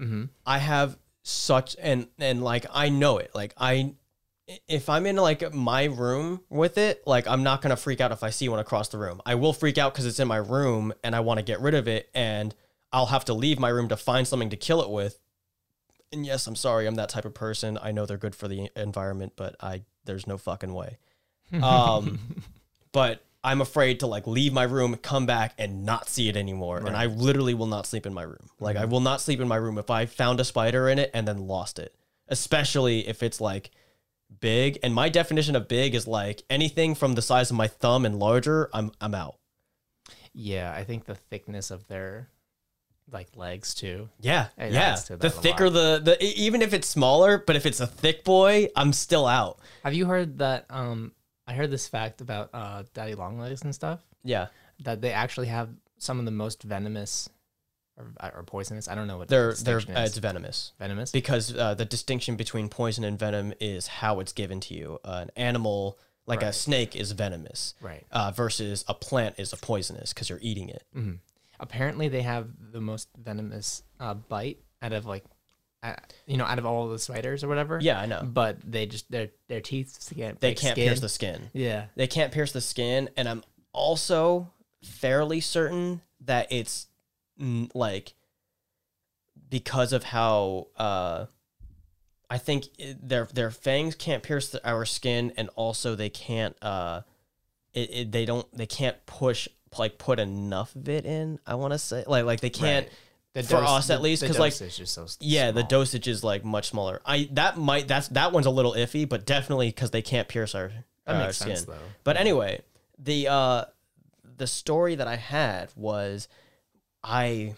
Mm-hmm. I have such and and like I know it. Like I if I'm in like my room with it, like I'm not going to freak out if I see one across the room. I will freak out cuz it's in my room and I want to get rid of it and I'll have to leave my room to find something to kill it with. And yes, I'm sorry. I'm that type of person. I know they're good for the environment, but I there's no fucking way. Um but I'm afraid to like leave my room, come back, and not see it anymore. And I literally will not sleep in my room. Like I will not sleep in my room if I found a spider in it and then lost it. Especially if it's like big. And my definition of big is like anything from the size of my thumb and larger, I'm I'm out. Yeah, I think the thickness of their like legs too. Yeah. I yeah. noticed that The a lot. thicker the the e- even if it's smaller, but if it's a thick boy, I'm still out. Have you heard that? Um, I heard this fact about uh, daddy long legs and stuff Yeah. that they actually have some of the most venomous or, or poisonous. I don't know what the They're they're distinction uh, is. it's venomous. venomous. because uh, the distinction between poison and venom is how it's given to you. Uh, an animal, like a Right. snake, is venomous, right. uh, versus a plant is a poisonous because you're eating it. Mhm. Apparently, they have the most venomous uh, bite out of like, uh, you know, out of all the spiders or whatever. Yeah, I know. But they just their their teeth can't. They break can't skin. pierce the skin. Yeah. They can't pierce the skin, and I'm also fairly certain that it's mm, like because of how uh, I think it, their their fangs can't pierce the, our skin, and also they can't. Uh, it, it, they don't they can't push like put enough of it in. I want to say like like they can't. Right. The For us, at the- least, the 'cause, like, dosage is so s- Yeah, the small. dosage is like much smaller. I that might that's that one's a little iffy, but definitely because they can't pierce our, That our makes skin. sense though. But anyway, the uh the story that I had was I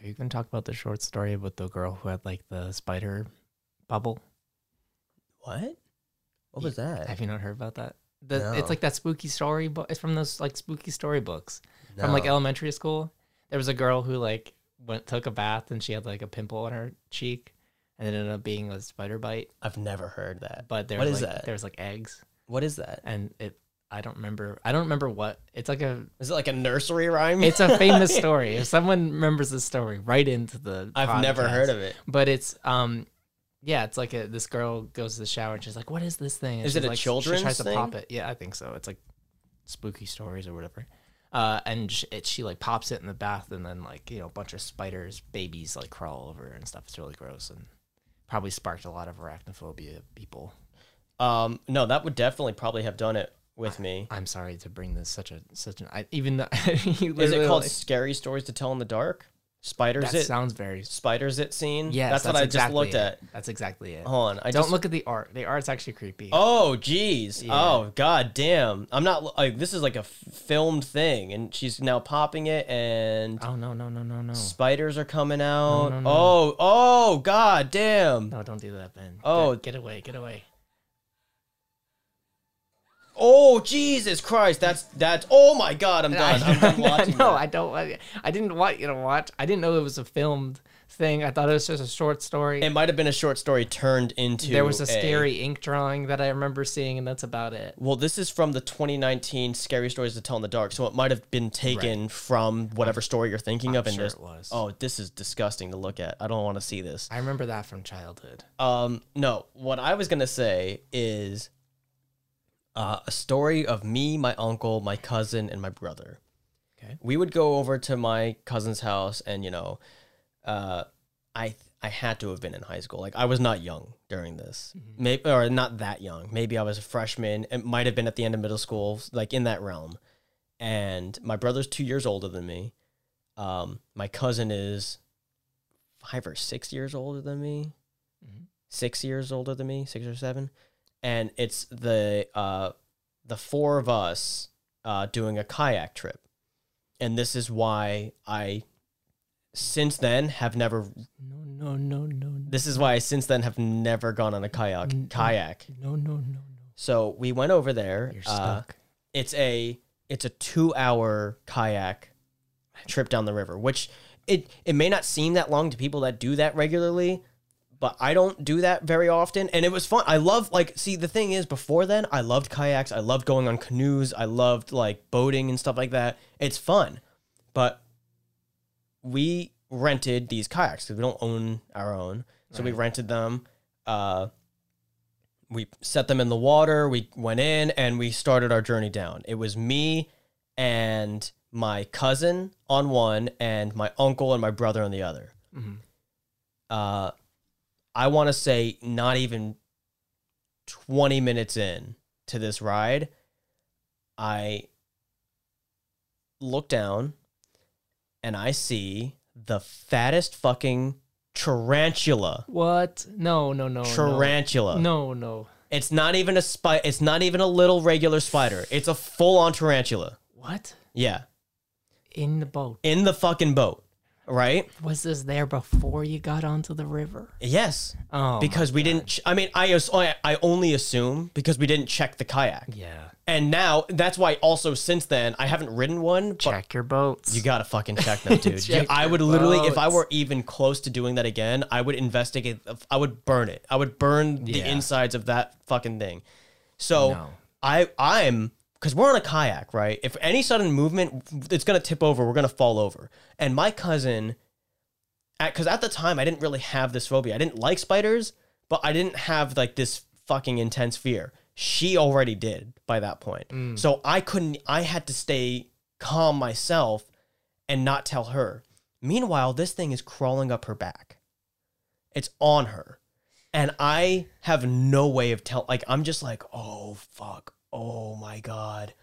Are you going to talk about the short story about the girl who had like the spider bubble? what? What was that? Have you not heard about that? The, No. It's like that spooky story book. It's from those like spooky storybooks from like elementary school. There was a girl who like went took a bath and she had like a pimple on her cheek, and it ended up being a spider bite. I've never heard that. But there What was is like, that? there was like eggs, What is that? and it. I don't remember. I don't remember what. It's like a. Is it like a nursery rhyme? It's a famous story. If someone remembers this story, right into the. I've never podcast. heard of it. but it's um yeah it's like a, this girl goes to the shower and she's like what is this thing and Is it she's a like, children's she tries to thing? pop it yeah i think so it's like spooky stories or whatever uh and sh it, she like pops it in the bath and then like you know a bunch of spiders babies like crawl over and stuff it's really gross and probably sparked a lot of arachnophobia people. Um, no, that would definitely probably have done it with me. I'm sorry to bring this such a such an I, even though you Is literally, it called like- Scary Stories to Tell in the Dark? Spiders that it sounds very Spiders it scene? yeah. that's, what I just looked at. That's exactly it. Hold on, I Don't just look at the art. The art's actually creepy. Oh jeez. Yeah. Oh god damn. I'm not like this is like a f- filmed thing and she's now popping it and Oh, no no no no no spiders are coming out. no, no. Oh oh god damn. no! Don't do that, Ben. Oh. get, get away! Get away! Oh Jesus Christ. That's that's oh my god, I'm done. I'm done watching. no, that. I don't. I, I didn't want you to watch. I didn't know it was a filmed thing. I thought it was just a short story. it might have been a short story turned into there was a scary ink drawing that I remember seeing, and that's about it. Well, this is from the 2019 Scary Stories to Tell in the Dark, so it might have been taken from whatever story you're thinking of. And sure just- it was. Oh, this is disgusting to look at. I don't want to see this. I remember that from childhood. Um, no, what I was gonna say is uh, a story of me, my uncle, my cousin, and my brother. Okay. We would go over to my cousin's house, and you know, uh, I I had to have been in high school. Like I was not young during this, maybe or not that young. Maybe I was a freshman. It might have been at the end of middle school, like in that realm. And my brother's two years older than me. Um, my cousin is five or six years older than me six years older than me, six or seven, and it's the uh, the four of us uh, doing a kayak trip, and this is why I since then have never. No no no no This is why I since then have never gone on a kayak Mm, mm. kayak. no no no no. So we went over there. You're uh, stuck. it's a it's a two hour kayak trip down the river, which it it may not seem that long to people that do that regularly, but I don't do that very often, and it was fun. I love like see the thing is before then I loved kayaks, I loved going on canoes, I loved like boating and stuff like that. It's fun, but we rented these kayaks because we don't own our own, so we Right. rented them. Uh, we set them in the water. We went in and we started our journey down. It was me and my cousin on one, and my uncle and my brother on the other. Mhm. Uh, I want to say not even 20 minutes in to this ride, I look down and I see the fattest fucking tarantula. What? No no Oh, no no. tarantula. No no. It's not even a spy. It's not even a little regular spider. It's a full on tarantula. What? Yeah, In the boat. in the fucking boat, right? Was this there before you got onto the river? Yes, Oh, because we didn't. Ch- I mean, I as- I I only assume because we didn't check the kayak, yeah. and now that's why. Also, since then, I haven't ridden one. But Check your boats. you gotta fucking check them, dude. Check You- I your would literally, if I boats. were even close to doing that again, I would investigate. I would burn it. I would burn the Yeah. insides of that fucking thing. So No. I I'm because we're on a kayak, right? If any sudden movement, it's gonna tip over. We're gonna fall over. And my cousin, because at the time I didn't really have this phobia. I didn't like spiders, but I didn't have like this fucking intense fear. She already did by that point. So I couldn't. I had to stay calm myself and not tell her. Meanwhile, this thing is crawling up her back. It's on her. And I have no way of tell like I'm just like, "Oh fuck. Oh my god.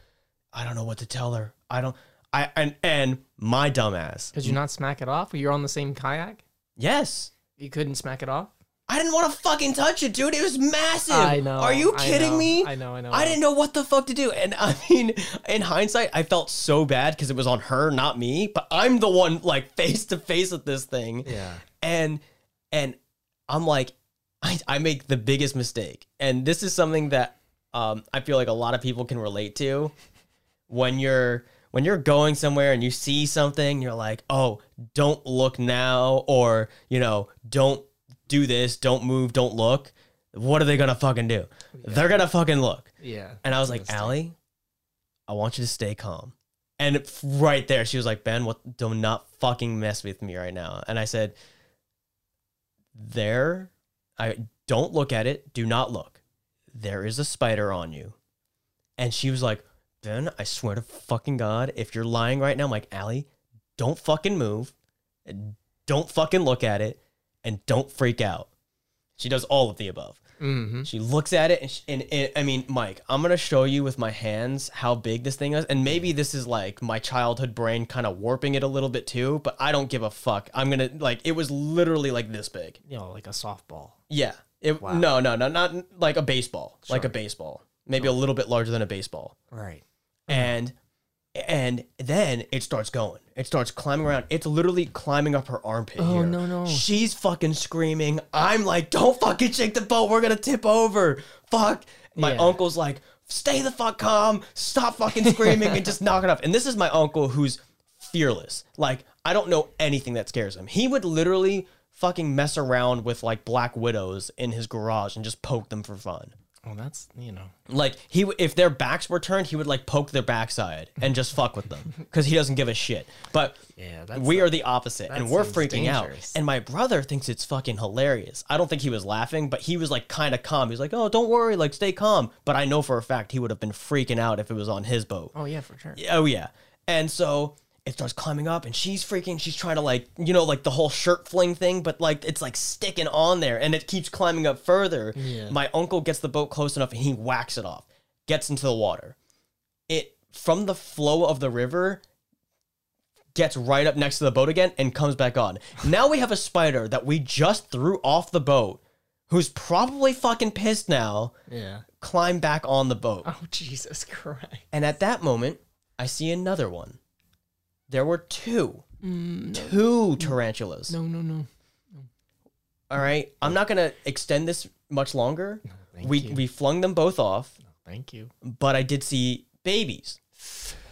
I don't know what to tell her. I don't I and and my dumbass. Could you not smack it off? You're on the same kayak. Yes. You couldn't smack it off. I didn't want to fucking touch it, dude. It was massive. I know. Are you I kidding know, me? I know. I know. I didn't know what the fuck to do. And I mean, in hindsight, I felt so bad because it was on her, not me. But I'm the one like face to face with this thing. Yeah. and and I'm like, I, I make the biggest mistake, and this is something that um, I feel like a lot of people can relate to. When you're when you're going somewhere and you see something, you're like, oh, don't look now, or you know, don't do this, don't move, don't look. What are they gonna fucking do? They're gonna fucking look. Yeah. And I was like, Mistake. Allie, I want you to stay calm. And f- right there, she was like, Ben, what? Do not fucking mess with me right now. And I said, There, I don't look at it. Do not look. There is a spider on you. And she was like, Ben, I swear to fucking God, if you're lying right now, I'm like, Allie, don't fucking move. Don't fucking look at it. And don't freak out. She does all of the above. Mm-hmm. She looks at it, and, she, and it, I mean, Mike, I'm gonna show you with my hands how big this thing is, and maybe this is like my childhood brain kind of warping it a little bit too, but I don't give a fuck. I'm gonna like it was literally like this big. You know, like a softball. Yeah. It, Wow. No, no, no, not like a baseball, like Sure. a baseball, maybe a little bit larger than a baseball, Right. and and then it starts going. It starts climbing around. It's literally climbing up her armpit. Oh, here. no, no. She's fucking screaming. I'm like, don't fucking shake the boat. We're gonna tip over. Fuck. My Yeah. uncle's like, stay the fuck calm. Stop fucking screaming and just knock it off. And this is my uncle who's fearless. Like, I don't know anything that scares him. He would literally fucking mess around with like black widows in his garage and just poke them for fun. Well, that's you know. Like he, w- if their backs were turned, he would like poke their backside and just fuck with them because he doesn't give a shit. But Yeah, that's we are the opposite, and that we're seems freaking dangerous. out. And my brother thinks it's fucking hilarious. I don't think he was laughing, but he was like kind of calm. He was like, "Oh, don't worry, like stay calm." But I know for a fact he would have been freaking out if it was on his boat. Oh yeah, for sure. Oh yeah. And so it starts climbing up and she's freaking she's trying to like you know like the whole shirt fling thing but like it's like sticking on there and it keeps climbing up further. My uncle gets the boat close enough and he whacks it off. Gets into the water. It from the flow of the river gets right up next to the boat again and comes back on. Now we have a spider that we just threw off the boat who's probably fucking pissed now Yeah. climb back on the boat. Oh Jesus Christ. And at that moment, I see another one. There were two. two tarantulas. No, no, no. All right. I'm not going to extend this much longer. thank we, you. we flung them both off, Thank you. but I did see babies,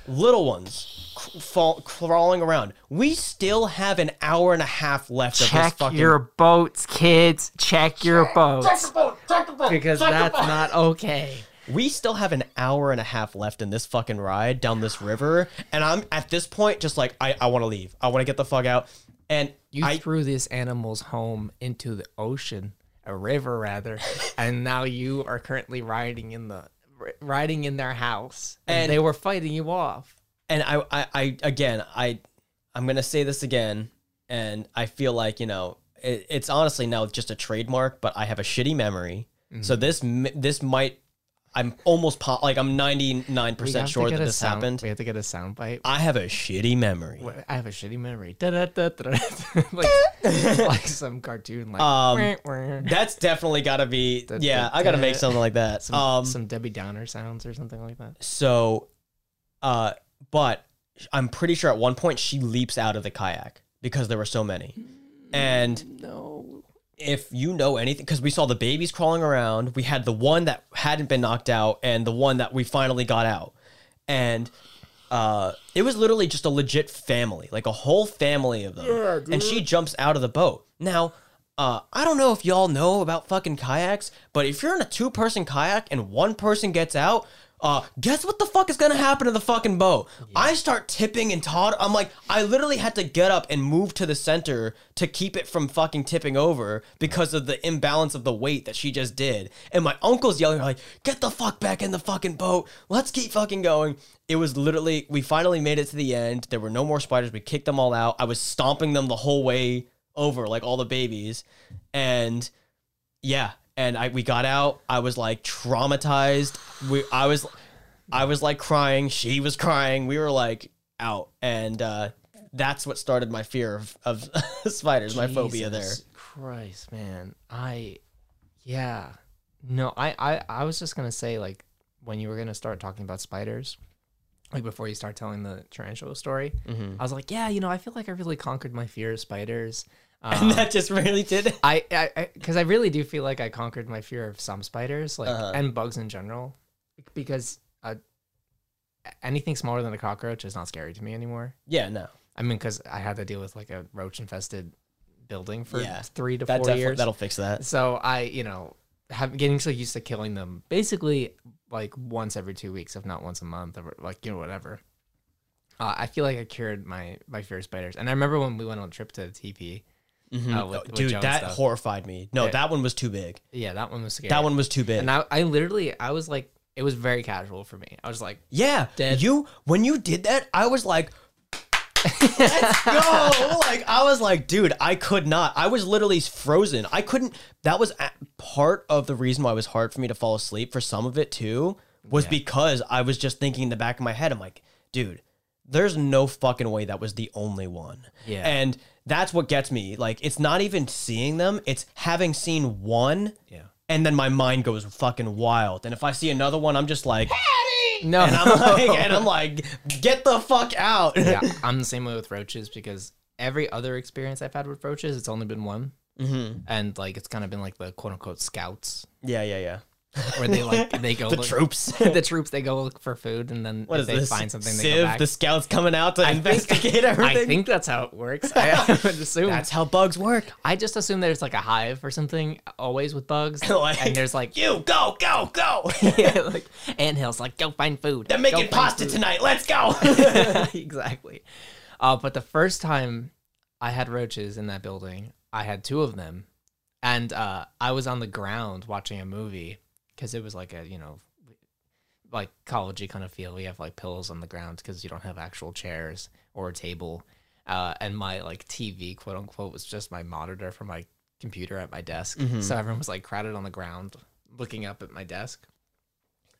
little ones, cr- fall, crawling around. We still have an hour and a half left of this Check fucking. your boats, kids. Check your boats. Check the boat. Check the boat. Because that's not okay. we still have an hour and a half left in this fucking ride down this river. And I'm at this point just like, I, I want to leave. I want to get the fuck out. And You I, threw these animals home into the ocean, a river rather, and now you are currently riding in the ri- riding in their house, and, And- they were fighting you off. and I, I, I again, I, I'm gonna say this again, and I feel like you know, it, it's honestly now just a trademark, but I have a shitty memory, so this, m- this might, I'm almost po- like I'm 99 We percent have to sure that get a this sound- happened. We have to get a soundbite. I have a shitty memory. What- I have a shitty memory. Da-da-da-da-da. like, like some cartoon, like Um, wah, wah. That's definitely gotta be, yeah. I gotta make something like that. some, um, some Debbie Downer sounds or something like that. So, uh, but I'm pretty sure at one point she leaps out of the kayak because there were so many. And no. If you know anything, because we saw the babies crawling around, we had the one that hadn't been knocked out and the one that we finally got out. And uh, it was literally just a legit family, like a whole family of them. and she jumps out of the boat. Now, uh, I don't know if y'all know about fucking kayaks, but if you're in a two person kayak and one person gets out, uh, guess what the fuck is gonna happen to the fucking boat? I start tipping and Todd, I'm like, I literally had to get up and move to the center to keep it from fucking tipping over because of the imbalance of the weight that she just did. And my uncle's yelling, like, get the fuck back in the fucking boat. Let's keep fucking going. It was literally, we finally made it to the end. There were no more spiders. We kicked them all out. I was stomping them the whole way over, like all the babies. And yeah, and I we got out. I was like traumatized. We I was I was like crying. She was crying. We were like out, and uh, that's what started my fear of, of spiders, my phobia there. Jesus Christ, man. I, yeah. No, I, I, I was just gonna say like when you were gonna start talking about spiders, like before you start telling the tarantula story, Mm-hmm. I was like, yeah, you know, I feel like I really conquered my fear of spiders. Um, And that just really did. I, I, because I, really do feel like I conquered my fear of some spiders, like Uh-huh. and bugs in general, because uh, anything smaller than a cockroach is not scary to me anymore. Yeah, no, I mean, because I had to deal with like a roach infested building for Yeah. three to that four definitely years. that'll fix that. So I, you know, have getting so used to killing them basically like once every two weeks, if not once a month, or like you know whatever. Uh, I feel like I cured my my fear of spiders, and I remember when we went on a trip to the TP. uh, with- with Oh, Dude, Joe and that stuff. horrified me. No, that one was too big. yeah, that one was scary. That one was too big. and I, I literally, I was like, it was very casual for me. I was like, yeah, Dead. you when you did that, I was like, Let's go. Like I was like, dude, I could not. I was literally frozen. I couldn't. That was a- part of the reason why it was hard for me to fall asleep. For some of it too, was because I was just thinking in the back of my head, I'm like, dude, there's no fucking way that was the only one. Yeah. And that's what gets me. Like, it's not even seeing them. It's having seen one. Yeah. And then my mind goes fucking wild. And if I see another one, I'm just like, No, and I'm like, and I'm like, get the fuck out. yeah, I'm the same way with roaches because every other experience I've had with roaches, it's only been one, Mhm. and like it's kind of been like the quote unquote scouts, Yeah, yeah, yeah. where they like they go the look, troops. the troops they go look for food, and then What if is they this? find something, Civ, they go back. the scouts coming out to investigate everything. I think that's how it works. I would assume. that's how bugs work. I just assume there's like a hive or something always with bugs, Like- and there's like You go, go, go. yeah, like anthills, like go find food. They're making Go find pasta food. tonight. Let's go. exactly. Uh, but the first time I had roaches in that building, I had two of them, and uh, I was on the ground watching a movie because it was like a you know, like collegey kind of feel. We have like pillows on the ground because you don't have actual chairs or a table, uh, and my like TV quote unquote was just my monitor for my computer at my desk. So everyone was like crowded on the ground looking up at my desk,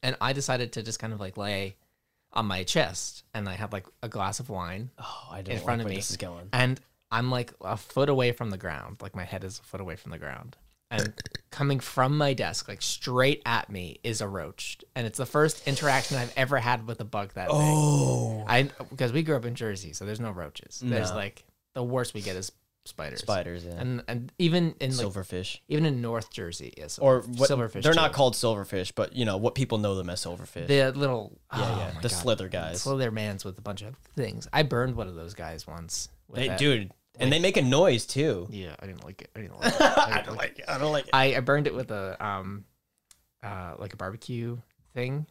and I decided to just kind of like lay on my chest and I had like a glass of wine oh, I don't in like front of where me. This is going. And I'm like a foot away from the ground. Like my head is a foot away from the ground. And coming from my desk, like straight at me, is a roach. And it's the first interaction I've ever had with a bug that oh. Oh, I because we grew up in Jersey, so there's no roaches. There's No. like the worst we get is spiders. spiders. Yeah. And and even in like silverfish. even in North Jersey, yes. Or what, silverfish. too. They're not called silverfish, but you know what people know them as silverfish. the little oh yeah, yeah. my the God. slither guys. Slither man's with a bunch of things. I burned one of those guys once. with They, that- dude, and they make a noise too. Yeah, I didn't like it. I didn't like it. I, didn't like it. I don't like it. I, I burned it with a um, uh, like a barbecue thing,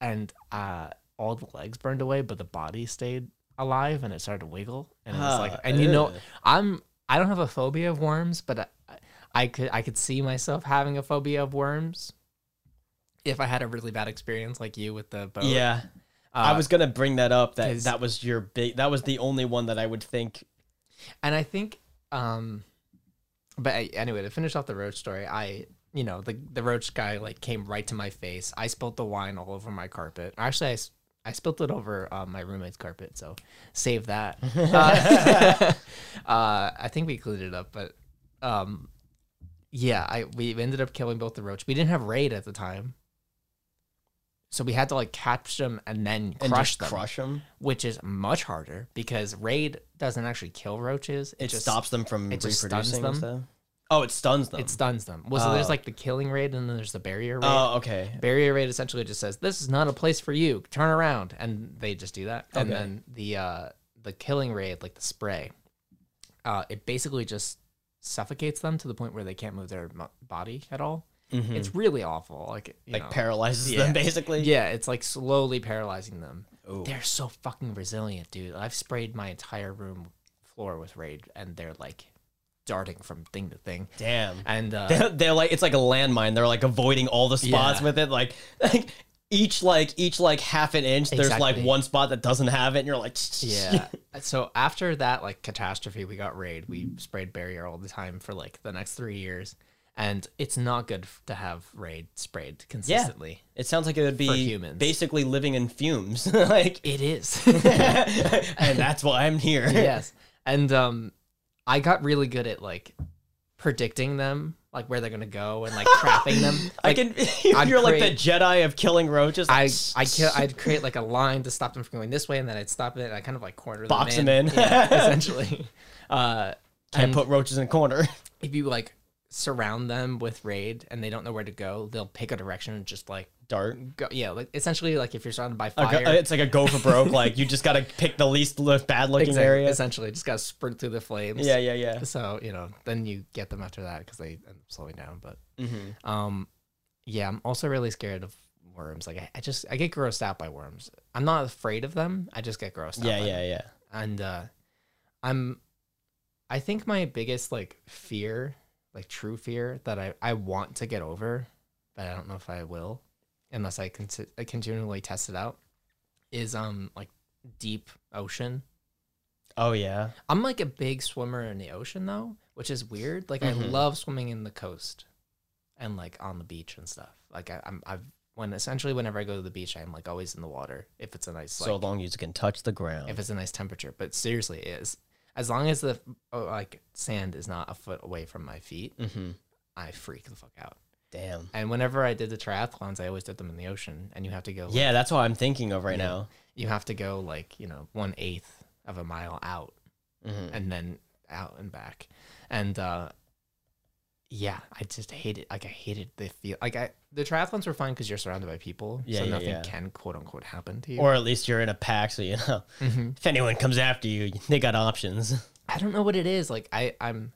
and uh, all the legs burned away, but the body stayed alive, and it started to wiggle, and it was like, Ah, and you know, ew. I'm I don't have a phobia of worms, but I, I could I could see myself having a phobia of worms. If I had a really bad experience like you with the boat, Yeah. Uh, Oh, I was gonna bring that up. That 'cause- that was your big. That was the only one that I would think. And I think, um, but I, anyway, to finish off the roach story, I, you know, the the roach guy like came right to my face. I spilt the wine all over my carpet. Actually, I, s- I spilt it over uh, my roommate's carpet, so save that. Uh, uh, I think we cleaned it up, but um, yeah, I we ended up killing both the roach. We didn't have raid at the time. So we had to like catch them and then And crush just them, crush them. which is much harder because raid doesn't actually kill roaches. It, stops them from it just reproducing. stuns and them. stuff? Oh, it stuns them. It stuns them. Well, so there's Oh. like the killing raid, and then there's the barrier raid. oh, okay. barrier raid essentially just says, "This is not a place for you. Turn around," and they just do that. And Okay. then the uh, the killing raid, like the spray, uh, it basically just suffocates them to the point where they can't move their mo- body at all. Mhm. It's really awful. Like you like know. paralyzes Yeah. them basically. yeah, it's like slowly paralyzing them. Ooh. They're so fucking resilient, dude. I've sprayed my entire room floor with raid, and they're like darting from thing to thing. Damn. And uh, They're, they're like it's like a landmine. They're like avoiding all the spots Yeah. with it. Like like each like each like half an inch. There's like Exactly. one spot that doesn't have it, and you're like Yeah. so after that like catastrophe, we got raid. We sprayed barrier all the time for like the next three years, and it's not good f- to have raid sprayed consistently. It sounds like it would be humans. basically living in fumes. like It is. and that's why I'm here. yes, and um, I got really good at like predicting them, like where they're gonna go, and like trapping them. I Like, can. I'd you're like the create- Jedi of killing roaches. I like, I kill, I'd create like a line to stop them from going this way, and then I'd stop it. and I kind of like corner them Box them in. Yeah, essentially. Uh, can't put roaches in a corner. if you like surround them with raid and they don't know where to go, they'll pick a direction and just like Dart. go. Yeah, like essentially like if you're surrounded by A go- fire, It's like a go for broke. like you just gotta pick the least li- bad looking exactly, area. essentially just gotta sprint through the flames. Yeah, yeah, yeah. So you know, then you get them after that because they end up slowing down. But Mm-hmm. um, yeah, I'm also really scared of worms. Like I, I just I get grossed out by worms. I'm not afraid of them. I just get grossed out. Yeah, by yeah, yeah. and uh i'm i think my biggest like fear like true fear that i i want to get over but i don't know if i will unless i, consi- I continually test it out is um like deep ocean Oh yeah. I'm like a big swimmer in the ocean though, which is weird. Like I Mhm. love swimming in the coast and like on the beach and stuff. Like I, I'm I've when essentially whenever I go to the beach, I'm like always in the water if it's a nice like so long as you can touch the ground. if it's a nice temperature. But seriously, it is as long as the oh, like sand is not a foot away from my feet, mm-hmm. I freak the fuck out. Damn. And whenever I did the triathlons, I always did them in the ocean, and you have to go Yeah, that's what I'm thinking of right Oh. Yeah. now. you have to go like you know one eighth of a mile out Mhm. and then out and back and uh yeah i just hated like i hated the feel like i the triathlons were fine because you're surrounded by people Yeah, so yeah, nothing yeah. can quote unquote happen to you Or at least you're in a pack, so you know Mhm. if anyone comes after you, they got options. i don't know what it is like i i'm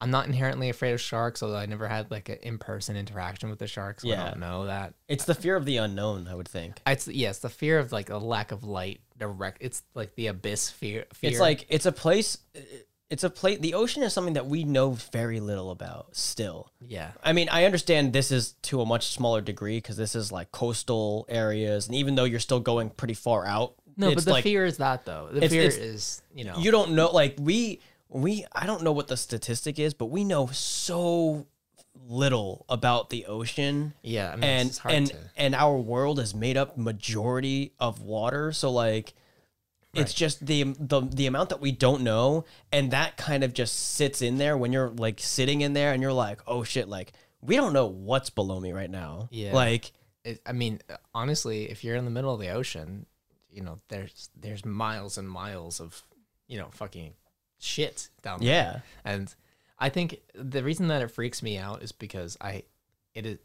i'm not inherently afraid of sharks although i never had like an in-person interaction with the sharks so i Yeah. don't know that It's the fear of the unknown, I would think. it's yes the fear of like a lack of light direct it's like the abyss fear, fear. It's like it's a place. It's a place. The ocean is something that we know very little about still. yeah I mean, I understand this is to a much smaller degree because this is like coastal areas, and even though you're still going pretty far out, no it's but the like fear is that though the it's- fear it's- is you know you don't know. Like we, we, I don't know what the statistic is, but we know so little about the ocean. Yeah, I mean, it's and hard and to. and our world is made up majority of water so like it's just the, the the amount that we don't know and that kind of just sits in there when you're like sitting in there and you're like oh shit like we don't know what's below me right now Yeah. like It, I mean, honestly, if you're in the middle of the ocean, you know, there's there's miles and miles of, you know, fucking shit down there. yeah And I think the reason that it freaks me out is because I, it is,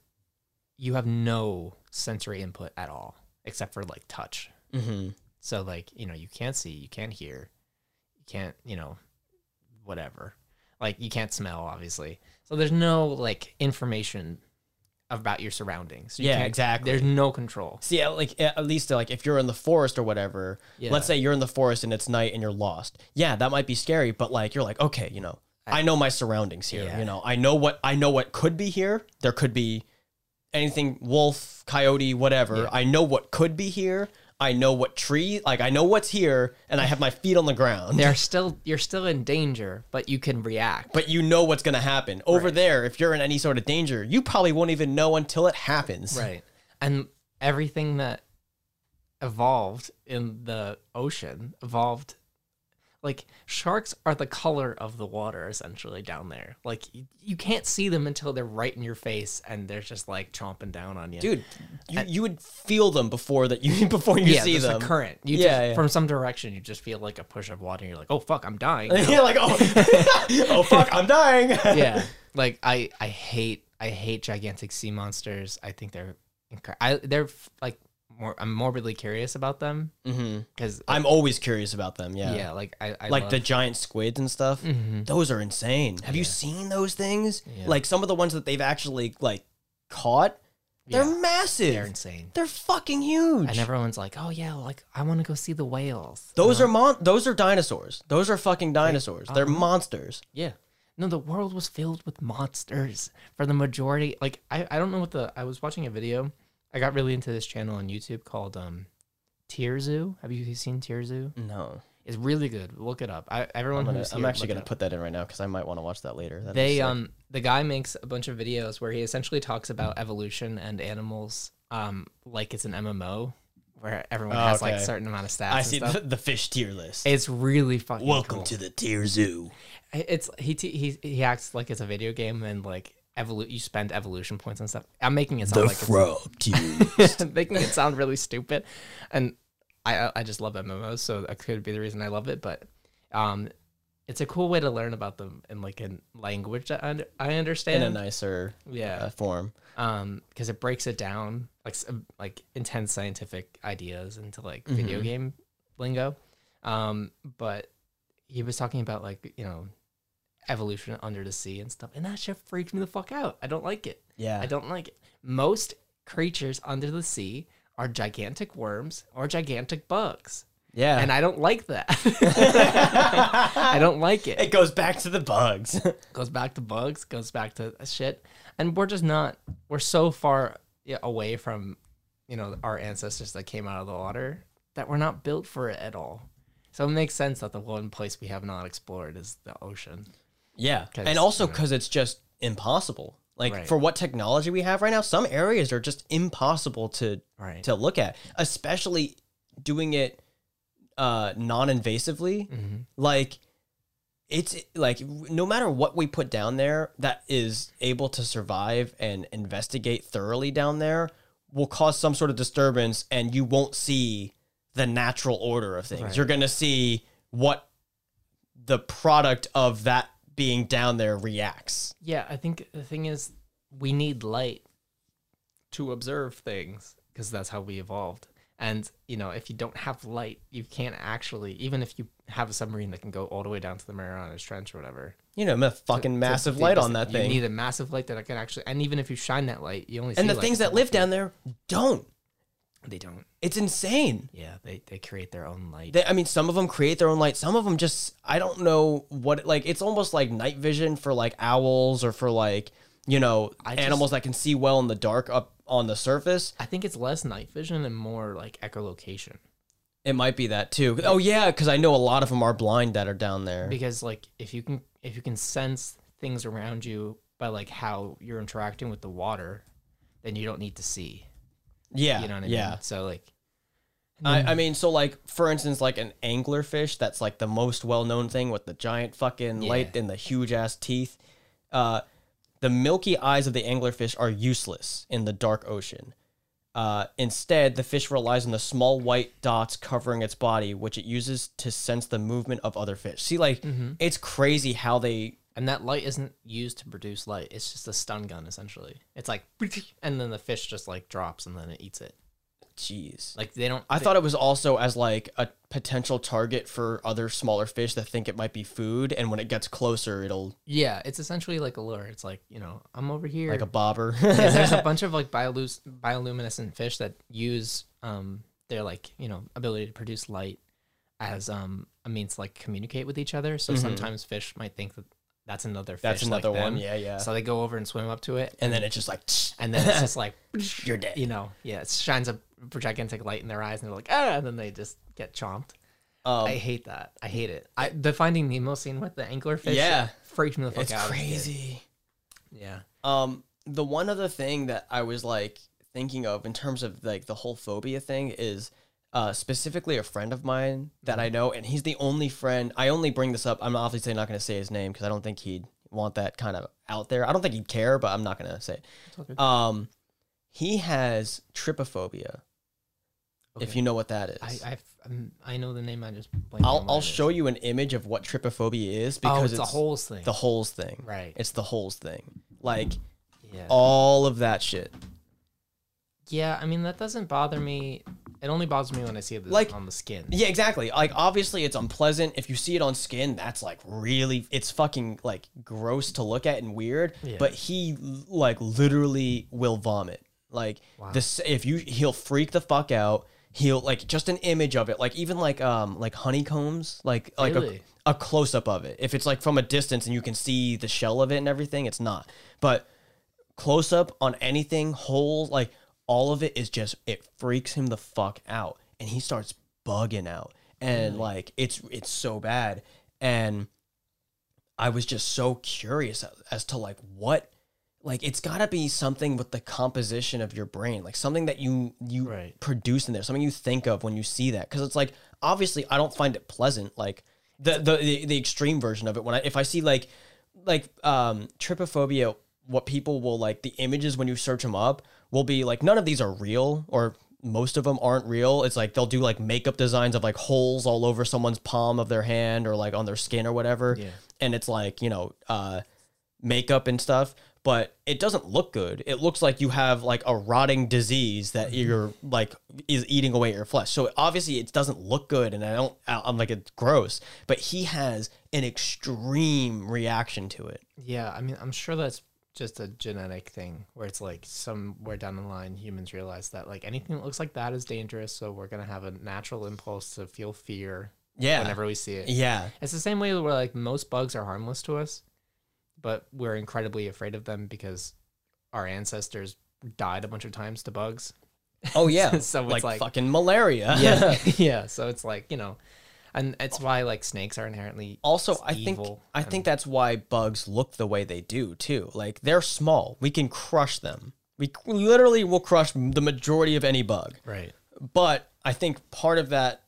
you have no sensory input at all except for like touch. mm-hmm. So like, you know, you can't see, you can't hear, you can't, you know, whatever. Like you can't smell, obviously. So there's no like information about your surroundings. You Yeah, can't- exactly. There's no control. See, at- like at at least like if you're in the forest or whatever, Yeah. let's say you're in the forest and it's night and you're lost. Yeah, that might be scary, but like you're like, okay, you know, I, know my surroundings here. Yeah. You know, I know what I know what could be here. There could be anything wolf, coyote, whatever. I know what could be here. I know what tree, like I know what's here and I have my feet on the ground. They're still you're still in danger, but you can react. But you know what's going to happen. Over there, if you're in any sort of danger, you probably won't even know until it happens. Right. And everything that evolved in the ocean evolved like sharks are the color of the water essentially down there. Like you, you can't see them until they're right in your face and they're just like chomping down on you. Dude, you, you would feel them before that you before you yeah, see there's them. a current. You Yeah, just, yeah. from some direction you just feel like a push of water and you're like, "Oh fuck, I'm dying." you're like, oh, oh fuck, I'm dying. yeah like i i hate i hate gigantic sea monsters i think they're inc- i they're f- like more i'm morbidly curious about them hmm because I'm always curious about them. Yeah. Mm-hmm. yeah. like i, I Like love- Mm. the giant squids and stuff. Those are insane. Have you seen those things? Yeah. Like some of the ones that they've actually like caught, they're Yeah. massive. they're They're, insane fucking huge. and everyone's like oh yeah like i want to go see the whales those are mon- those are dinosaurs. Those are fucking dinosaurs. They're monsters. yeah no the world was filled with monsters for the majority like i i don't know what the i was watching a video i got really into this channel on youtube called um tier zoo have you seen tier zoo No. it's really good look it up I, everyone I'm, gonna- who's I'm here, actually look it going to up. put that in right now because I might want to watch that later. That'd be they sick. um the guy makes a bunch of videos where he essentially talks about evolution and animals um like it's an MMO where everyone Oh, has like okay. certain amount of stats. I and see stuff. the, the fish tier list. It's really fucking Welcome cool. to the tier zoo. it's he t- he he acts like it's a video game and like evolu- you spend evolution points and stuff. I'm making it sound like it's frog tier. making it sound really stupid. And I I- I just love MMOs, so that could be the reason I love it. But um, it's a cool way to learn about them in like a language that I, under- I in understand. a nicer yeah, uh, form. um because it breaks it down like s- um, like intense scientific ideas into like video Mhm. game lingo um but he was talking about like you know evolution under the sea and stuff and that shit freaks me the fuck out i don't like it Yeah. i don't like it most creatures under the sea are gigantic worms or gigantic bugs yeah. and i don't like that i don't like it it goes back to the bugs. goes back to bugs, goes back to shit, and we're just not. We're so far yeah, away from, you know, our ancestors that came out of the water that we're not built for it at all. So it makes sense that the one place we have not explored is the ocean. Yeah. 'Cause, And also you know. because it's just impossible. Like Right. for what technology we have right now, some areas are just impossible to Right. to look at, especially doing it uh non-invasively. hmm Like it's like no matter what we put down there that is able to survive and investigate thoroughly down there will cause some sort of disturbance and you won't see the natural order of things. Right. You're going to see what the product of that being down there reacts. Yeah, I think the thing is we need light to observe things because that's how we evolved. And you know, if you don't have light, you can't actually even if you have a submarine that can go all the way down to the Marianas Trench or whatever. You know, a fucking massive light on that you thing. You need a massive light that I can actually and even if you shine that light, you only see and the like, things a that couple live feet. down there don't. they don't. It's insane. Yeah, they, they create their own light. They, I mean, some of them create their own light. Some of them just, I don't know what, like, it's almost like night vision for like owls or for like, you know, I just- animals that can see well in the dark up on the surface. I think it's less night vision and more like echolocation. It might be that too. Oh, yeah, because I know a lot of them are blind that are down there. because like if you can if you can sense things around you by like how you're interacting with the water then you don't need to see Yeah. you know what i yeah. mean so like I, I mean, so like for instance, like an anglerfish, that's like the most well-known thing with the giant fucking Yeah. light and the huge ass teeth. Uh, the milky eyes of the anglerfish are useless in the dark ocean. Uh, instead, the fish relies on the small white dots covering its body, which it uses to sense the movement of other fish. See, like Mm-hmm. it's crazy how they. and that light isn't used to produce light it's just a stun gun essentially it's like and then the fish just like drops and then it eats it Jeez. like they don't I thought it was also as like a potential target for other smaller fish that think it might be food, and when it gets closer, it'll yeah it's essentially like a lure it's like you know i'm over here like a bobber. 'Cause there's a bunch of like biolus- bioluminescent fish that use um their like you know ability to produce light as um a means to like communicate with each other. So sometimes fish might think that that's another fish. Mm-hmm. That's another like one. them. Yeah, yeah. So they go over and swim up to it, and then it's just like, and then it's just like you're dead. you know yeah, it shines a gigantic light in their eyes, and they're like ah, and then they just get chomped. Um, I hate that. I hate it. I the Finding Nemo scene with the anglerfish. Yeah. freaked me the fuck it's out. as a kid. crazy. Yeah. Um, the one other thing that I was like thinking of in terms of like the whole phobia thing is uh, specifically a friend of mine that Mm-hmm. I know, and he's the only friend. I only bring this up. I'm obviously not going to say his name because I don't think he'd want that kind of out there. I don't think he'd care, but I'm not going to say it. okay. Um, he has trypophobia. If Okay. you know what that is, I I um, I know the name. I just blanked I'll on what I'll it is. show you an image of what trypophobia is because oh, it's, it's, the whole thing. the holes thing. Right. It's the holes thing. Like yeah. all of that shit. yeah, I mean that doesn't bother me. It only bothers me when I see it Like- on the skin. Yeah, exactly. Like obviously it's unpleasant. If you see it on skin, that's like really it's fucking like gross to look at and weird. Yeah. But he like literally will vomit. Like this if you he'll freak the fuck out. He'll like just an image of it. Like even like um like honeycombs, like like Really? a, a close up of it. If it's like from a distance and you can see the shell of it and everything, it's not. But close up on anything, holes, like all of it is just it freaks him the fuck out and he starts bugging out. And like it's it's so bad. And I was just so curious as, as to like what like it's got to be something with the composition of your brain, like something that you you Right. produce in there, something you think of when you see that cuz it's like obviously I don't find it pleasant like the the the, the extreme version of it when I if I see like like um trypophobia what people will like the images when you search them up will be like none of these are real or most of them aren't real it's like they'll do like makeup designs of like holes all over someone's palm of their hand or like on their skin or whatever Yeah. and it's like you know uh makeup and stuff but it doesn't look good it looks like you have like a rotting disease that you're like is eating away at your flesh so obviously it doesn't look good and i don't I- i'm like it's gross but he has an extreme reaction to it Yeah, I mean I'm sure that's just a genetic thing where it's like somewhere down the line humans realize that like anything that looks like that is dangerous, so we're gonna have a natural impulse to feel fear yeah whenever we see it. yeah It's the same way where like most bugs are harmless to us, but we're incredibly afraid of them because our ancestors died a bunch of times to bugs. oh yeah So it's like, like- fucking malaria yeah yeah so it's like you know and it's why like snakes are inherently Also, s- I think evil I and- think that's why bugs look the way they do too. Like they're small. We can crush them. We c- literally will crush the majority of any bug. right. But I think part of that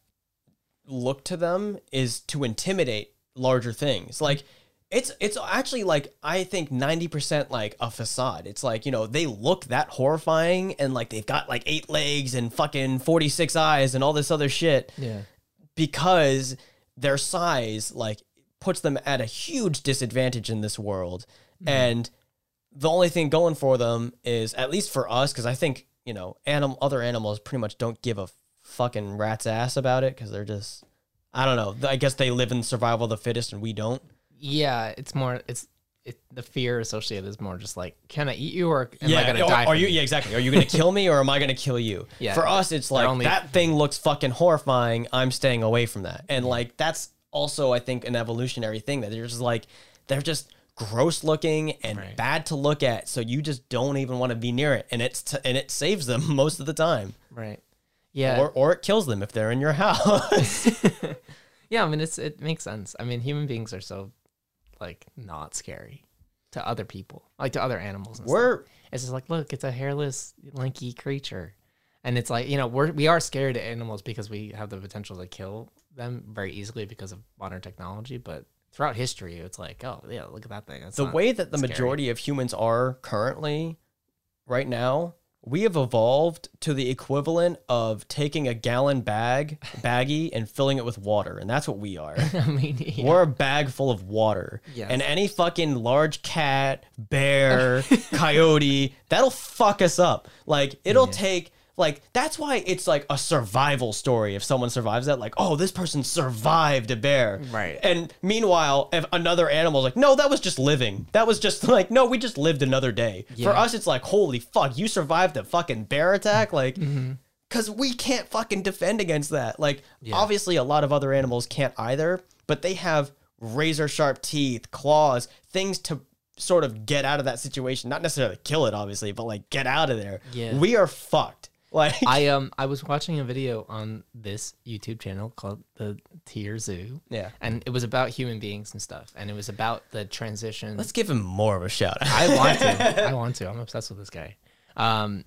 look to them is to intimidate larger things. Like it's it's actually like I think 90% like a facade. It's like, you know, they look that horrifying and like they've got like eight legs and fucking 46 eyes and all this other shit Yeah. because their size like puts them at a huge disadvantage in this world and the only thing going for them is at least for us because i think you know anim- other animals pretty much don't give a fucking rat's ass about it because they're just i don't know i guess they live in survival of the fittest and we don't Yeah, it's more it's it, the fear associated is more just like can I eat you or am I gonna are, die? are from you it? yeah exactly are you gonna kill me or am i gonna kill you Yeah, for us it's like only- that thing looks fucking horrifying i'm staying away from that and like that's also i think an evolutionary thing that they're just like they're just gross looking and Right. bad to look at so you just don't even want to be near it and it's t- and it saves them most of the time Right. Yeah. or or it kills them if they're in your house yeah. I mean, it's it makes sense. I mean, human beings are so like not scary to other people, like to other animals. And stuff. we're It's just like, look, it's a hairless, lanky creature. And it's like, you know, we're, we are scared of animals because we have the potential to kill them very easily because of modern technology. But throughout history, it's like, oh, yeah, look at that thing. That's the not- way that the scary. majority of humans are currently right now we have evolved to the equivalent of taking a gallon bag baggie and filling it with water and that's what we are I mean, yeah. we're a bag full of water Yes. and any fucking large cat bear coyote that'll fuck us up like it'll take like that's why it's like a survival story if someone survives that like oh this person survived a bear Right. and meanwhile, if another animal's like, no, that was just living. That was just like, no, we just lived another day. Yeah. For us, it's like, holy fuck, you survived a fucking bear attack. Like, Mm-hmm. because we can't fucking defend against that. Like, obviously, a lot of other animals can't either, but they have razor sharp teeth, claws, things to sort of get out of that situation. Not necessarily kill it, obviously, but like get out of there. Yeah. We are fucked. Like, I um I was watching a video on this YouTube channel called the Tier Zoo. Yeah. And it was about human beings and stuff. And it was about the transition. let's give him more of a shout out. I want to. I want to. I'm obsessed with this guy. Um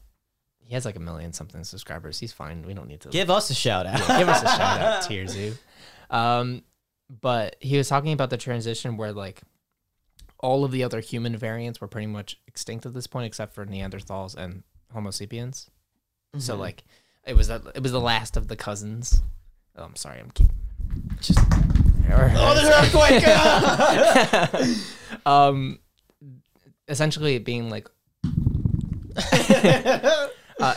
he has like a million something subscribers. He's fine. We don't need to give us a shout out. give us a shout out, Tier Zoo. Um, but he was talking about the transition where like all of the other human variants were pretty much extinct at this point, except for Neanderthals and Homo sapiens. So like it was that it was the last of the cousins. Oh, I'm sorry, I'm keep just. oh, there's an earthquake. um, essentially it being like uh,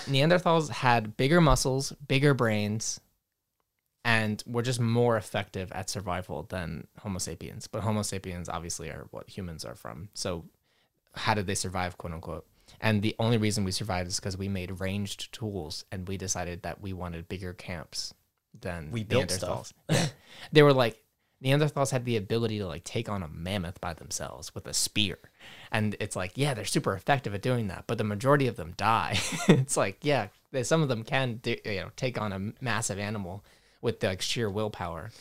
Neanderthals had bigger muscles, bigger brains, and were just more effective at survival than Homo sapiens. But Homo sapiens obviously are what humans are from. So, how did they survive, quote unquote? And the only reason we survived is because we made ranged tools and we decided that we wanted bigger camps than We built Neanderthals. stuff. Yeah. they were like, Neanderthals had the ability to like take on a mammoth by themselves with a spear. And it's like, yeah, they're super effective at doing that, but the majority of them die. it's like, yeah, they- some of them can do, you know take on a massive animal with like sheer willpower.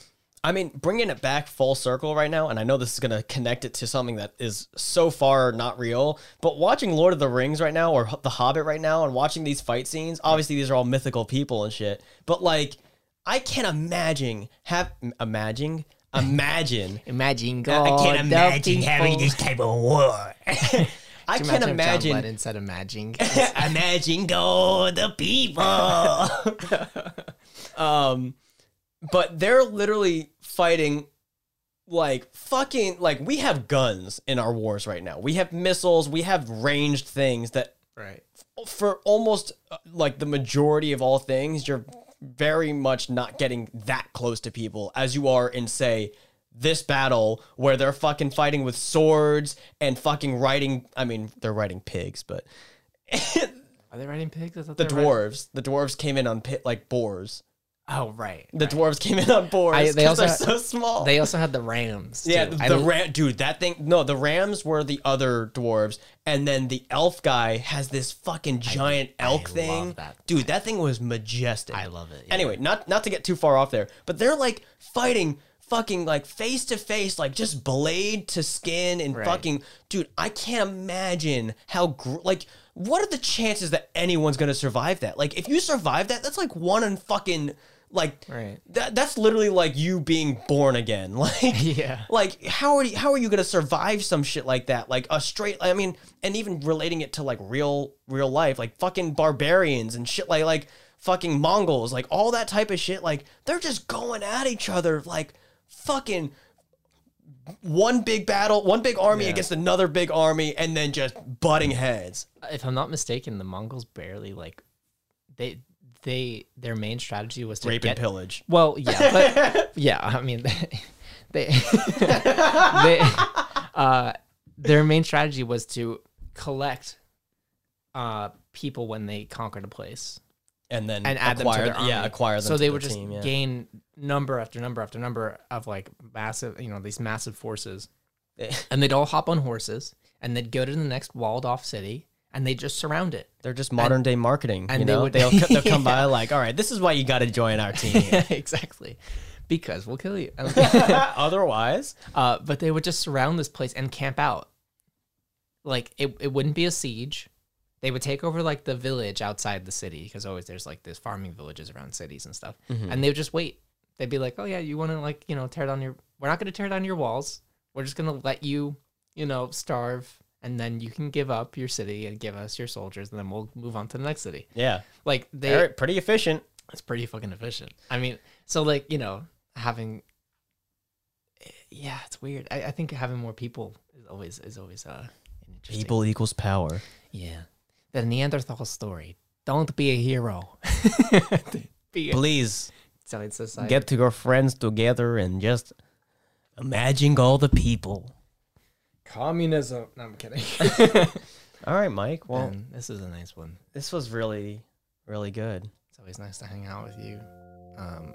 I mean, bringing it back full circle right now, and I know this is going to connect it to something that is so far not real, but watching Lord of the Rings right now or The Hobbit right now and watching these fight scenes, obviously these are all mythical people and shit, but like, I can't imagine, have, imagine, imagine Imagine I God. can't the imagine people. having this type of war. I Can you can't if John imagine Lennon said imagine. imagine all the people. um, but they're literally fighting like fucking like we have guns in our wars right now. We have missiles. We have ranged things that right. for almost uh, like the majority of all things, you're very much not getting that close to people as you are in, say, this battle where they're fucking fighting with swords and fucking riding. I mean, they're riding pigs, but Are they riding pigs? I thought the they were riding- dwarves, the dwarves came in on pit like boars. Oh right. The dwarves came in on boars I- they because they're also- so small. They also had the Rams. yeah, too. the, I the l- ram, dude, that thing. No, the rams were the other dwarves, and then the elf guy has this fucking giant elk love thing. that. Dude, that thing was majestic. I love it. yeah. Anyway, not not to get too far off there, but they're like fighting fucking like face to face, like just blade to skin and Right. fucking dude, I can't imagine how gr- like what are the chances that anyone's going to survive that? Like if you survive that, that's like one in fucking like Right. that that's literally like you being born again. Like Yeah. like how are you how are you gonna survive some shit like that like a straight i mean and even relating it to like real real life like fucking barbarians and shit like like fucking mongols like all that type of shit like they're just going at each other like fucking one big battle one big army Yeah. against another big army and then just butting heads if I'm not mistaken, the Mongols barely like they they their main strategy was to rape get and pillage Well, yeah, but yeah, I mean, they, they, uh, their main strategy was to collect uh, people when they conquered a place and then and add acquire, them to their yeah army. acquire them So to they the would just team, yeah. gain number after number after number of like massive, you know, these massive forces, Eh. and they'd all hop on horses and they'd go to the next walled off city and they just surround it. they're just modern day marketing and you they know would- they will they'll come by like all right this is why you got to join our team exactly, because we'll kill you. Otherwise, Uh, but they would just surround this place and camp out. Like it, it wouldn't be a siege. They would take over like the village outside the city because always there's like this farming villages around cities and stuff. And they would just wait. They'd be like, "Oh yeah, you want to like you know tear down your? We're not going to tear down your walls. We're just going to let you you know starve, and then you can give up your city and give us your soldiers, and then we'll move on to the next city." yeah, Like they, they're pretty efficient. it's pretty fucking efficient. I mean, so like you know, having yeah, it's weird. I, I think having more people is always is always uh an interesting. equals power. yeah. The Neanderthal story. Don't be a hero. be a Please so it's just like get to your friends together and just imagine all the people. communism. No, I'm kidding. All right, Mike. Well, Man, this is a nice one. this was really, really good. It's always nice to hang out with you. Um,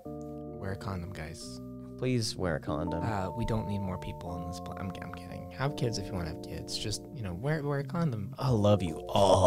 wear a condom, guys. Please wear a condom. Uh, we don't need more people on this planet. I'm, I'm kidding. Have kids if you want to have kids. Just you know, wear wear a condom. I love you all.